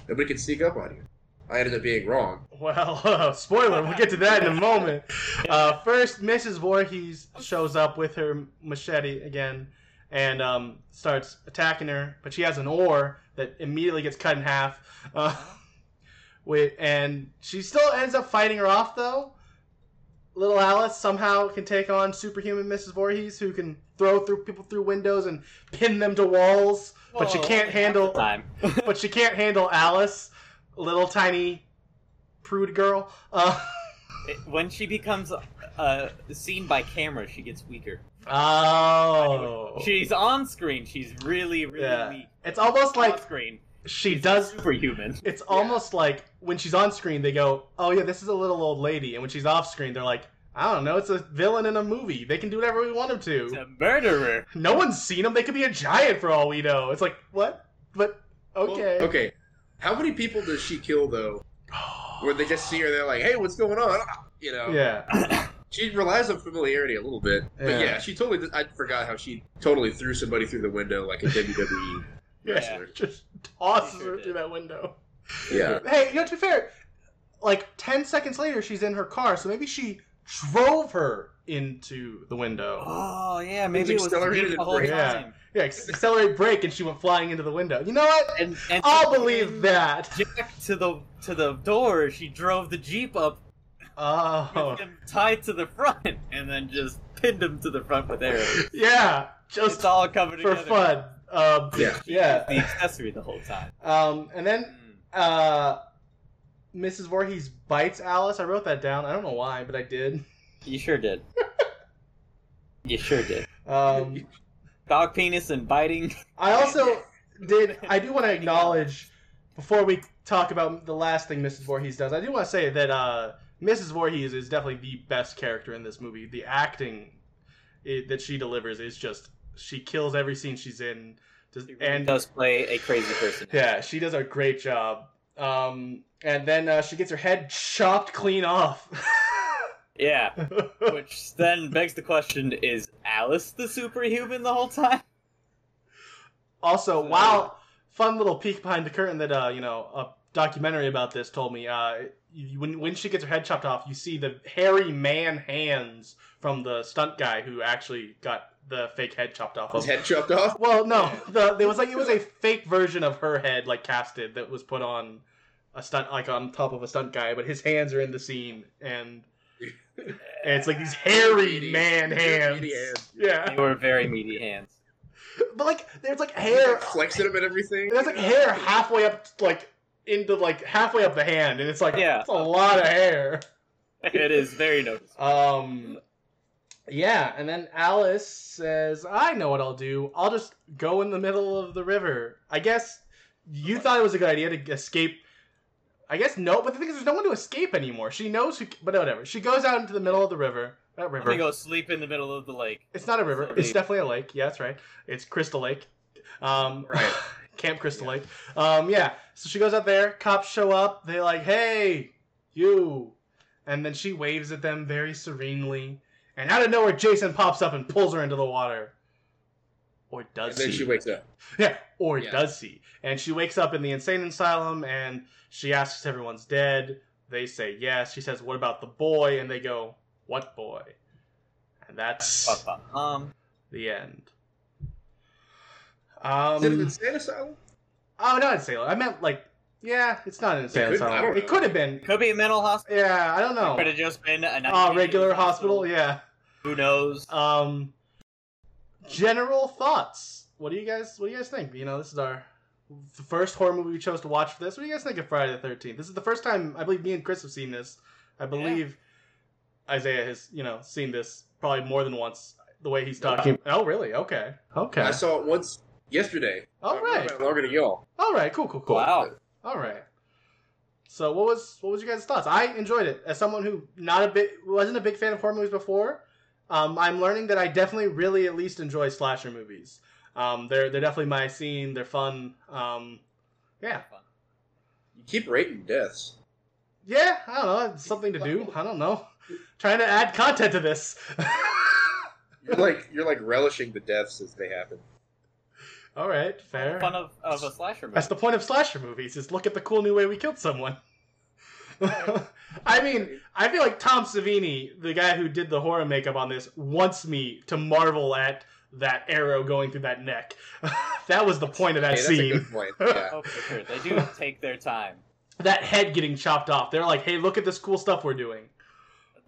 Nobody can sneak up on you. I ended up being wrong.
Well, spoiler, we'll get to that in a moment. Uh, first, Mrs. Voorhees shows up with her machete again and um, starts attacking her, but she has an oar that immediately gets cut in half. Uh, with, and she still ends up fighting her off, though. Little Alice somehow can take on superhuman Mrs. Voorhees, who can throw through people through windows and pin them to walls, but you
Whoa,
can't
half
handle
the time.
but she can't handle Alice, little tiny prude girl. Uh,
It- when she becomes uh, seen by camera, she gets weaker.
oh,
She's on screen. She's really, really
Yeah.
weak.
it's almost like
off screen.
she does.
superhuman.
It's almost like when she's on screen, they go, "Oh yeah, this is a little old lady," and when she's off screen, they're like, "I don't know, it's a villain in a movie. They can do whatever we want them
It's
to.
a murderer.
No one's seen them. They could be a giant for all we know." It's like what? But okay,
Okay, how many people does she kill though? Where they just see her, they're like, hey, what's going on? You know,
yeah,
she relies on familiarity a little bit. But
Yeah.
yeah, she totally. Did, I forgot how she totally threw somebody through the window like a E. WWE
yeah.
wrestler.
Just tosses
Sure
her
did.
through that window.
Yeah.
Hey, you know, to be fair, like 10 seconds later, she's in her car, so maybe she drove her into the window.
Oh yeah, maybe
It's
it was the
accelerated
beat the whole
brake.
time.
Yeah, accelerate brake, and she went flying into the window. You know what?
And, and
I'll believe that.
Jack to the to the door. She drove the jeep up
Oh.
with him tied to the front, and then just pinned him to the front with arrows.
Yeah,
It's
just
all covered
for
together.
fun. Um,
Yeah.
Yeah.
The accessory the whole time.
Um, and then
Mm.
uh, Mrs. Voorhees bites Alice. I wrote that down. I don't know why, but I did.
You sure did. you sure did.
Um,
Dog penis and biting.
I also did. I do want to acknowledge before we talk about the last thing Mrs. Voorhees does. I do want to say that uh, Mrs. Voorhees is definitely the best character in this movie. The acting i that she delivers is just she kills every scene she's in, just,
She really
and
does play a crazy person.
yeah, she does a great job. Um, and then uh, she gets her head chopped clean off.
Yeah. Which then begs the question is Alice the superhuman the whole time?
also, wow, fun little peek behind the curtain that uh, you know a documentary about this told me. Uh, you, when when she gets her head chopped off, you see the hairy man hands from the stunt guy who actually got the fake head chopped off.
His
Of.
head chopped off.
Well, no, the, there was like it was a fake version of her head, like casted, that was put on a stunt, like on top of a stunt guy, but his hands are in the scene, and, and it's like these hairy
Meaty-
man hands.
meaty hands.
Yeah,
They were very meaty hands.
but like there's like hair,
Hair flexing him and everything.
there's like hair halfway up, like into like halfway up the hand, and it's like
Yeah.
it's a lot of hair.
It is very noticeable.
Um, yeah, and then Alice says, "I know what I'll do. I'll just go in the middle of the river. I guess you thought it was a good idea to escape. I guess no, but the thing is, there's no one to escape anymore. She knows who, but whatever. She goes out into the middle of the river. Not
I'm gonna
river.
go sleep in the middle of the lake.
It's not a river.
Sorry.
It's definitely a lake. Yeah, that's right. It's Crystal Lake. Um,
Right.
Camp Crystal
Yeah.
Lake. Um, yeah. So she goes out there. Cops show up. They're like, "Hey, you!" And then she waves at them very serenely. And out of nowhere, Jason pops up and pulls her into the water. Or
And
does
then
he?
she wakes up.
yeah. Or
Yeah.
does he? And she wakes up in the insane asylum, and she asks if everyone's dead. They say yes. She says, "What about the boy?" And they go, "What boy?" And that's
Um,
the end.
Is it an
Um,
insane asylum?
oh, not insane. I meant like, yeah, it's not an insane
could- I
asylum.
don't
It
know.
could have been.
could be a mental hospital.
Yeah, I don't
Could have
know.
just been a
Uh, Oh.
1980s
regular hospital. Yeah.
Who knows?
Um, general thoughts. What do you guys? What do you guys think? You know, this is our the first horror movie we chose to watch for this. What do you guys think of Friday the Thirteenth? This is the first time I believe me and Chris have seen this. I believe Isaiah has, you know, seen this probably more than once. The way he's talking. Oh, really? Okay. Okay.
I saw it once yesterday.
All right.
I'm longer than y'all.
All right, cool, cool, cool.
Wow.
All right. So what was what was your guys' thoughts? I enjoyed it as someone who not a bit wasn't a big fan of horror movies before. Um, I'm learning that I definitely really at least enjoy slasher movies. Um, they're they're definitely my scene. They're fun. Um, yeah,
You keep rating deaths.
yeah. I don't know. It's something to do. I don't know. Trying to add content to this.
You're like you're like relishing the deaths as they happen.
All right, fair.
Fun of, of a slasher movie.
That's the point of slasher movies: is look at the cool new way we killed someone. I mean, I feel like Tom Savini, the guy who did the horror makeup on this, wants me to marvel at that arrow going through that neck. that was the point of that
Hey, that's a
scene.
good point. Yeah.
Oh, for sure. They do take their time.
That head getting chopped off. They're like, "Hey, look at this cool stuff we're doing."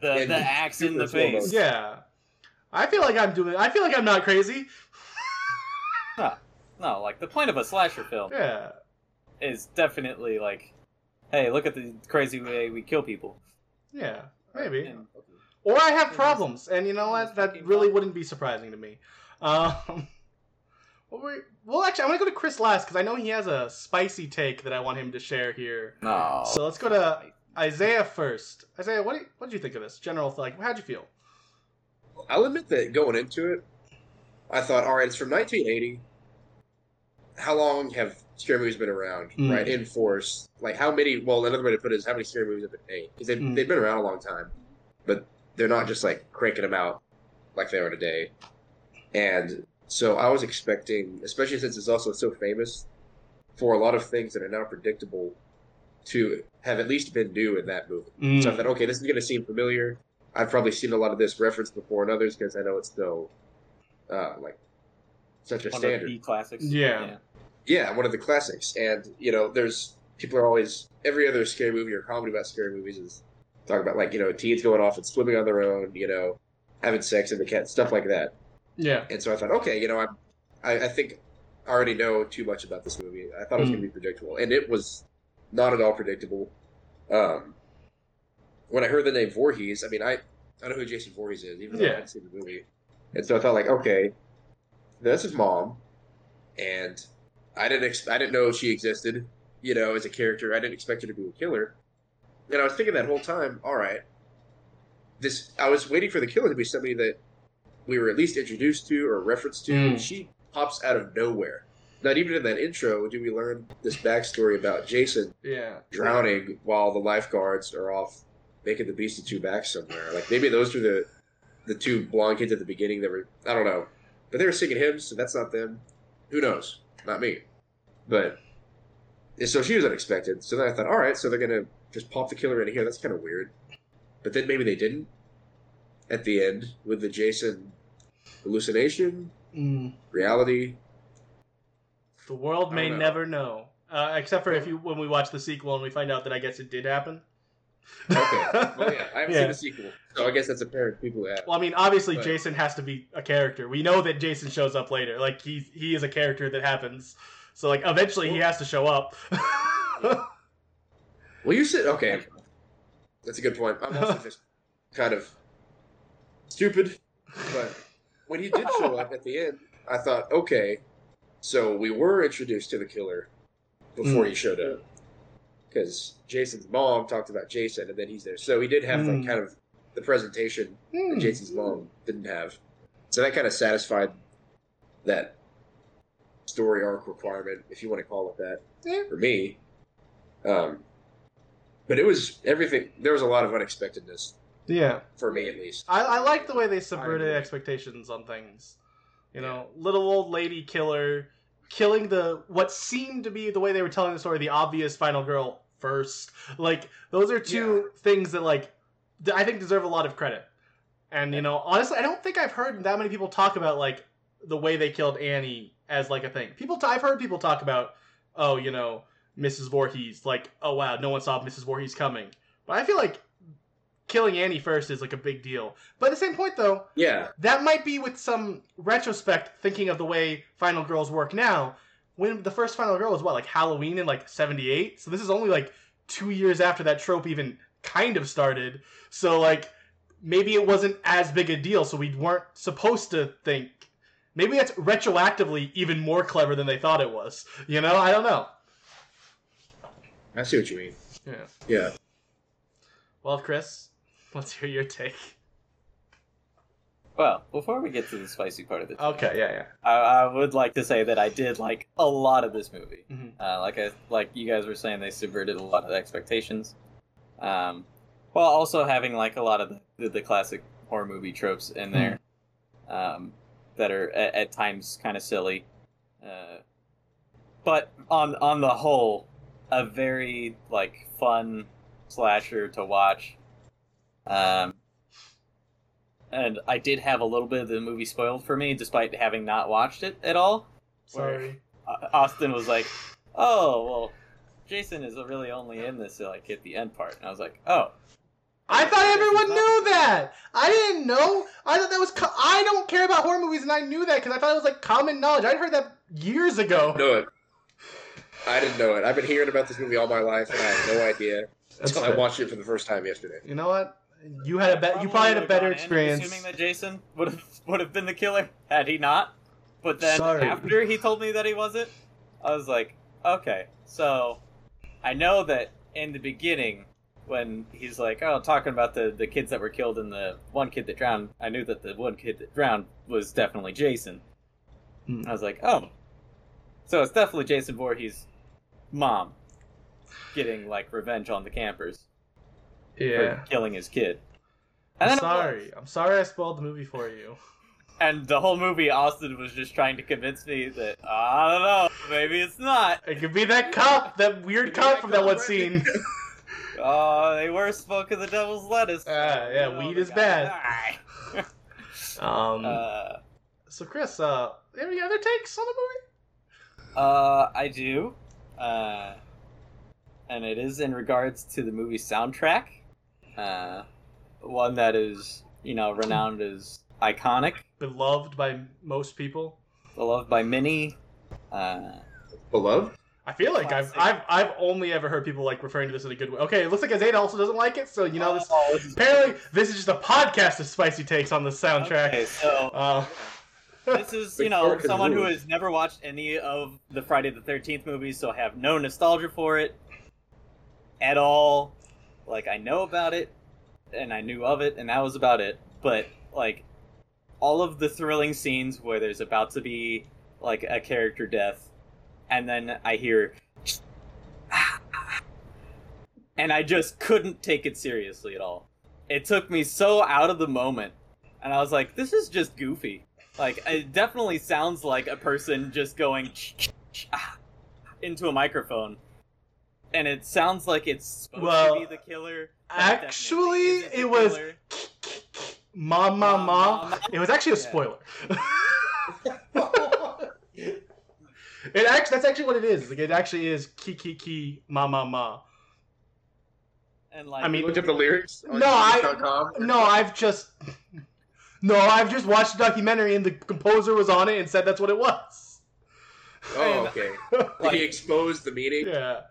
The,
Yeah,
the
you-
axe
you
in
were
the
slow mo.
face.
Yeah, I feel like I'm doing. I feel like I'm not crazy.
No, like the point of a slasher film
Yeah,
is definitely like, hey, look at the crazy way we kill people.
yeah, maybe.
And-
Or I have problems, and you know what?
Just
That
fucking
really
problem.
wouldn't be surprising to me. Um, what were, well, actually, I'm gonna go to Chris last because I know he has a spicy take that I want him to share here.
no.
So let's go to Isaiah first. Isaiah, what do- what did you think of this general? Like, how'd you feel?
I'll admit that going into it, I thought, all right, it's from 1980. How long have scary movies been around,
Mm.
right? In force, like how many? Well, another way to put it is how many scary movies have been made because they've,
Mm.
they've been around a long time, but they're not just like cranking them out like they are today. And so I was expecting, especially since it's also so famous for a lot of things that are now predictable, to have at least been new in that movie. So I thought, okay, this is going to seem familiar. I've probably seen a lot of this referenced before in others because I know it's still uh, like such a
one of
standard.
the classics.
Yeah.
Yeah, one of the classics. And you know, there's people are always every other scary movie or comedy about scary movies is talking about like you know teens going off and swimming on their own, you know, having sex in the cat, stuff like that.
Yeah,
And so I thought, okay, you know, I'm, I, I think I already know too much about this movie. I thought it was
Mm.
going to be predictable, and it was not at all predictable. Um, when I heard the name Voorhees, I mean, I, I know who Jason Voorhees is, even though
Yeah.
I hadn't seen the movie. And so I thought, like, okay, that's his mom, and I didn't, ex- I didn't know she existed, you know, as a character. I didn't expect her to be a killer. And I was thinking that whole time, all right, this. I was waiting for the killer to be somebody that we were at least introduced to or referenced to.
Mm.
She pops out of nowhere. not even in that intro do we learn this backstory about Jason
Yeah.
drowning while the lifeguards are off making the beast of two backs somewhere. Like maybe those are the the two blonde kids at the beginning that were I don't know, but they were singing hymns, so that's not them. Who knows? Not me. But so she was unexpected. So then I thought, all right, so they're gonna just pop the killer in here. That's kind of weird. But then maybe they didn't at the end with the Jason hallucination
Mm.
reality.
The world
I
may
don't know.
never know, uh, except for if you when we watch the sequel and we find out that I guess it did happen.
Okay. well, yeah, I haven't
Oh, Yeah.
seen the sequel, so I guess that's apparent. to People who have.
Well, I mean, obviously
But-
Jason has to be a character. We know that Jason shows up later. Like he he is a character that happens. So like eventually he has to show up.
Well, you said okay. That's a good point. I'm also just kind of stupid, but when he did show up at the end, I thought, okay, so we were introduced to the killer before he showed up because Jason's mom talked about Jason, and then he's there. So he did have
Mm.
like kind of the presentation that
Hmm.
Jason's mom didn't have. So that kind of satisfied that story arc requirement, if you want to call it that,
Yeah.
for me. Um, but it was everything. There was a lot of unexpectedness
Yeah,
for me, at least.
I, I like the way they
I
subverted
agree.
expectations on things. You
Yeah.
know, little old lady killer killing the what seemed to be the way they were telling the story, the obvious final girl first. Like those are two things that like th- I think deserve a lot of credit. And you know, honestly, I don't think I've heard that many people talk about like the way they killed Annie as like a thing. People, i I've heard people talk about, oh, you know, Mrs. Voorhees. Like, oh wow, no one saw Mrs. Voorhees coming. But I feel like killing Annie first is like a big deal. But at the same point, though,
Yeah,
that might be with some retrospect thinking of the way Final Girls work now. When the first Final Girl was what, like Halloween in like '78, so this is only like two years after that trope even kind of started. So like maybe it wasn't as big a deal, so we weren't supposed to think. Maybe that's retroactively even more clever than they thought it was. You know, I don't know.
I see what you mean.
Yeah.
Yeah.
Well, Chris, let's hear your take.
Well, before we get to the spicy part of it,
Okay, yeah, yeah.
I, I would like to say that I did like a lot of this movie.
Mhm.
Uh, like I, like you guys were saying, they subverted a lot of the expectations, um, while also having like a lot of the, the classic horror movie tropes in there um, that are at, at times kind of silly, uh, but on on the whole, a very like fun slasher to watch. Um, and I did have a little bit of the movie spoiled for me, despite having not watched it at all.
Sorry.
Uh, Austin was like, "Oh, well, Jason is really only in this like at the end part," and I was like, "Oh,
I thought everyone knew that. I didn't know. I thought that was. Co- I don't care about horror movies, and I knew that because I thought it was like common knowledge. I'd heard that years ago.
Know it. I didn't know it. I've been hearing about this movie all my life, and I had no idea until I watched it for the first time yesterday.
You know what? You had a bet. You probably had a
would've
better
gone in,
experience.
Assuming that Jason would have would have been the killer had he not, but then
Sorry.
after he told me that he wasn't, I was like, okay, so I know that in the beginning when he's like, oh, talking about the the kids that were killed and the one kid that drowned, I knew that the one kid that drowned was definitely Jason.
Hmm.
I was like, oh, so it's definitely Jason Voorhees' mom getting like revenge on the campers for killing his kid. And
I'm
then it was.
sorry. I'm sorry. I spoiled the movie for you.
And the whole movie, Austin was just trying to convince me that I don't know, maybe it's not.
It could be that cop, that weird
Could be
cop
that
from that
cop,
one
right?
scene.
Oh, they were smoking the devil's lettuce. Oh,
Ah, yeah, weed
they
is
gotta
bad. Um.
die. uh,
so Chris, uh, any other takes on the movie?
uh, I do, uh, and it is in regards to the movie soundtrack, uh, one that is you know renowned as iconic,
Beloved by most people.
beloved by many. Uh,
Beloved?
I feel like I've, I've
Classic.
I'i've only ever heard people like referring to this in a good way. Okay, it looks like Azade also doesn't like it, so you know this.
oh, this is-
Apparently, this is just a podcast of spicy takes on the soundtrack.
Okay, so
Uh,
this is you know
Victoria's
someone who
Rules.
has never watched any of the Friday the Thirteenth movies, so have no nostalgia for it at all. Like I know about it, and I knew of it, and that was about it. But like all of the thrilling scenes where there's about to be like a character death, and then I hear, and I just couldn't take it seriously at all. It took me so out of the moment, and I was like, "This is just goofy." Like, it definitely sounds like a person just going into a microphone, and it sounds like it's supposed
Well,
to be the killer. but it definitely
Actually,
isn't the
it was
killer.
ma ma
Ma,
ma.
ma.
It was actually a
Yeah.
spoiler. It actually that's actually what it is. Like it actually is ki ki ki ma ma ma.
And like,
I mean-
Looked up the lyrics. On
No, I-
genius.com.
No, I've just No, I've just watched a documentary and the composer was on it and said that's what it was.
Oh, okay. Did
Like-
he expose the meeting?
Yeah.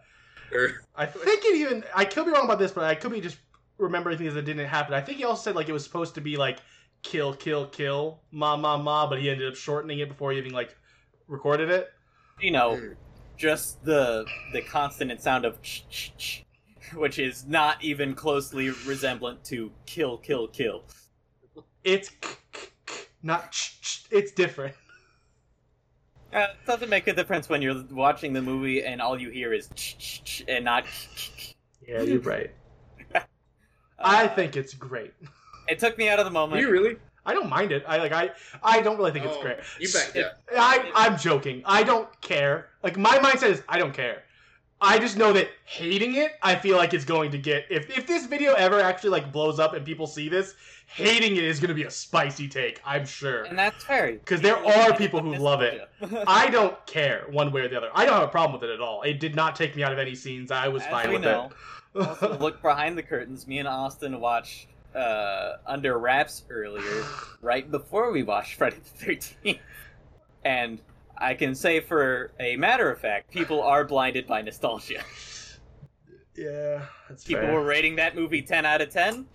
Or-
I think it even I could be wrong about this, but I could be just remembering things that didn't happen. I think he also said like it was supposed to be like kill, kill, kill, ma ma ma, but he ended up shortening it before he even like recorded it.
you know,
Mm.
just the the consonant sound of ch ch ch, which is not even closely resemblant to kill kill kill.
It's k- k- k- not ch- ch- it's different.
Uh, it doesn't make a difference when you're watching the movie and all you hear is ch ch ch and not. ch, ch, ch.
Yeah, you're right.
Uh,
I think it's great.
it took me out of the moment.
you really?
I don't mind it. I like I I don't really think it's
Oh,
great.
You backed
It-
up.
I I'm joking. I don't care. Like my mindset is I don't care. I just know that hating it, I feel like it's going to get if if this video ever actually like blows up and people see this, hating it is going to be a spicy take, I'm sure.
and that's fair
'Cause there
People
are
like
people who love it.
nostalgia.
I don't care one way or the other. I don't have a problem with it at all. It did not take me out of any scenes. I was
As
fine
we
with
know, also
it.
look behind the curtains. Me and Austin watched uh, Under Wraps earlier, right before we watched Friday the Thirteenth, and I can say for a matter of fact, people are blinded by nostalgia.
yeah, that's
People
fair.
were rating that movie ten out of ten.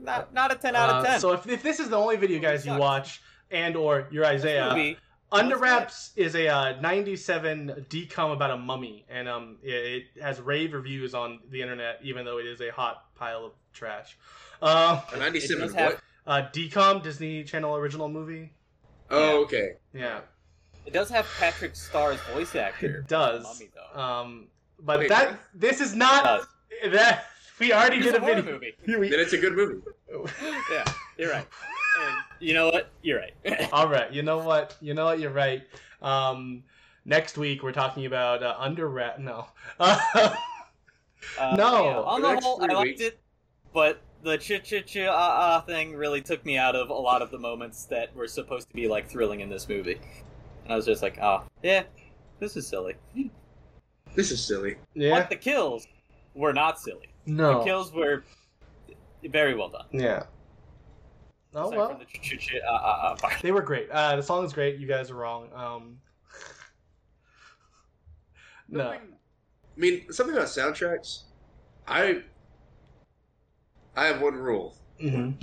Not not a ten out of
Uh,
ten.
so if, if this is the only video
Movie
guys you
sucks.
watch and or you're
This
Isaiah,
movie-
Under
That's
Wraps is a uh, 97 decom about a mummy, and um, it, it has rave reviews on the internet, even though it is a hot pile of trash. Uh,
A
it does
97
have-
what?
uh, decom Disney Channel original movie.
Oh, okay.
Yeah,
It does have Patrick Starr's voice actor.
it does.
Mummy, though.
Um, but
Wait,
that this is
It
not
does.
that we already
Uh, It's
did
a
a
horror
video.
movie.
Here
Then
we-
it's a good movie.
Yeah, you're right. And you know what? You're right.
All right, you know what? You know what? You're right. Um, next week we're talking about uh, Under Wrap. No.
Uh,
No.
yeah, on
The
the
next
whole, I
three
liked
weeks-
it, but the ch ch ch ah ah thing really took me out of a lot of the moments that were supposed to be like thrilling in this movie. And I was just like, ah, yeah, this is silly.
This is silly.
yeah.
But the kills were not silly.
No.
The kills were very well done.
Yeah. Oh
Aside
well,
from the ch ch ch ah ah ah part.
they were great. Uh, the song is great. You guys are wrong. Um, no,
Something- I mean, something about soundtracks. I I have one rule.
Mhm.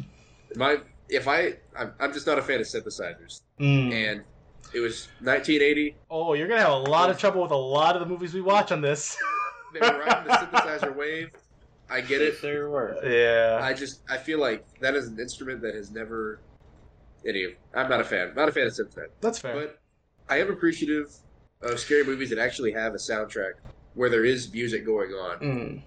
My if I I'm, I'm just not a fan of synthesizers.
Mm.
And it was 1980.
oh, you're gonna have a lot of trouble with a lot of the movies we watch on this.
They were riding the synthesizer wave. I get it.
There were.
yeah,
I just I feel like that is an instrument that has never. Any, I'm not a fan. Not a fan of synthesizer.
that's fair.
But I am appreciative of scary movies that actually have a soundtrack where there is music going on,
Mm.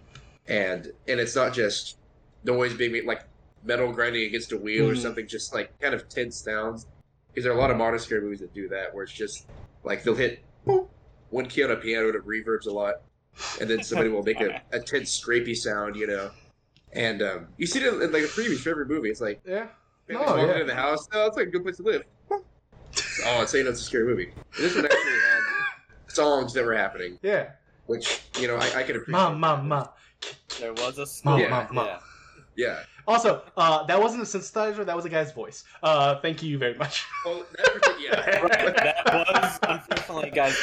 and and it's not just noise being made, like metal grinding against a wheel or
Mhm.
something, just like kind of tense sounds. Because there are a lot of modern scary movies that do that, where it's just like they'll hit boop, one key on a piano that reverbs a lot, and then somebody will make a, a tense, scrapey sound, you know. And um, you see it in, in, like the previews for every movie. It's like
Yeah,
Family's
Oh,
walking
yeah.
into the house. Oh, it's like a good place to live. oh, it's saying it's a scary movie. And this one actually had songs that were happening,
yeah.
which you know I, I can appreciate.
Mom, mom, mom.
There was a score.
Mom,
Yeah,
mom, mom.
Yeah.
Yeah.
Also, uh, that wasn't a synthesizer. That was a guy's voice. Uh, thank you very much.
Well, that partic- yeah.
That was unfortunately, guys.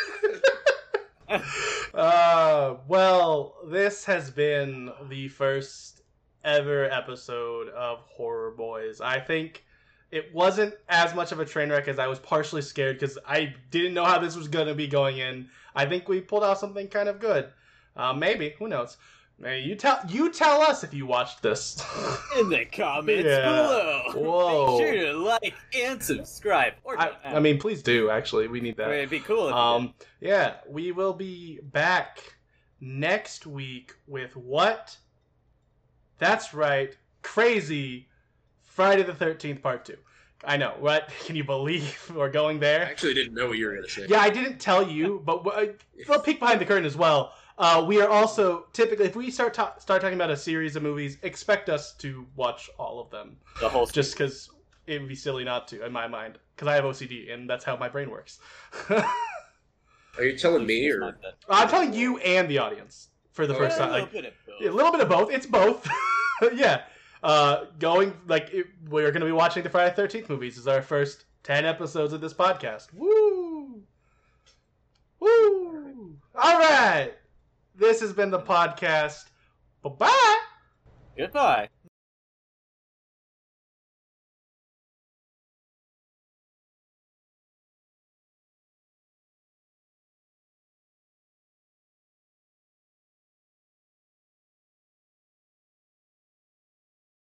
uh, well, this has been the first ever episode of Horror Boys. I think it wasn't as much of a train wreck as I was partially scared because I didn't know how this was going to be going in. I think we pulled off something kind of good. Uh, maybe. Who knows? Hey, you tell you tell us if you watched this.
in the comments
Yeah.
below.
Whoa.
Make sure to like and subscribe. Or
I, I mean, please do. Actually, we need
I mean,
that.
it'd be cool. If you did.
Um, yeah, we will be back next week with what? That's right, crazy Friday the Thirteenth Part Two. I know. What can you believe we're going
I
there?
actually didn't know what you were gonna say.
Yeah, I didn't tell you, but w- Well, peek behind the curtain as well. Uh, we are also typically, if we start ta- start talking about a series of movies, expect us to watch all of them,
the whole
just because it would be silly not to, in my mind, because I have OCD and that's how my brain works.
Are you telling me
It's
or
not that-
I'm telling you and the audience for the
Oh,
first
Yeah,
time.
a little
Like,
bit of both.
a little bit of both. It's both. yeah. Uh, going like it, we're going to be watching the Friday Thirteenth movies. Is our first ten episodes of this podcast. Woo! Woo! All right. This has been the podcast. Bye bye.
Goodbye.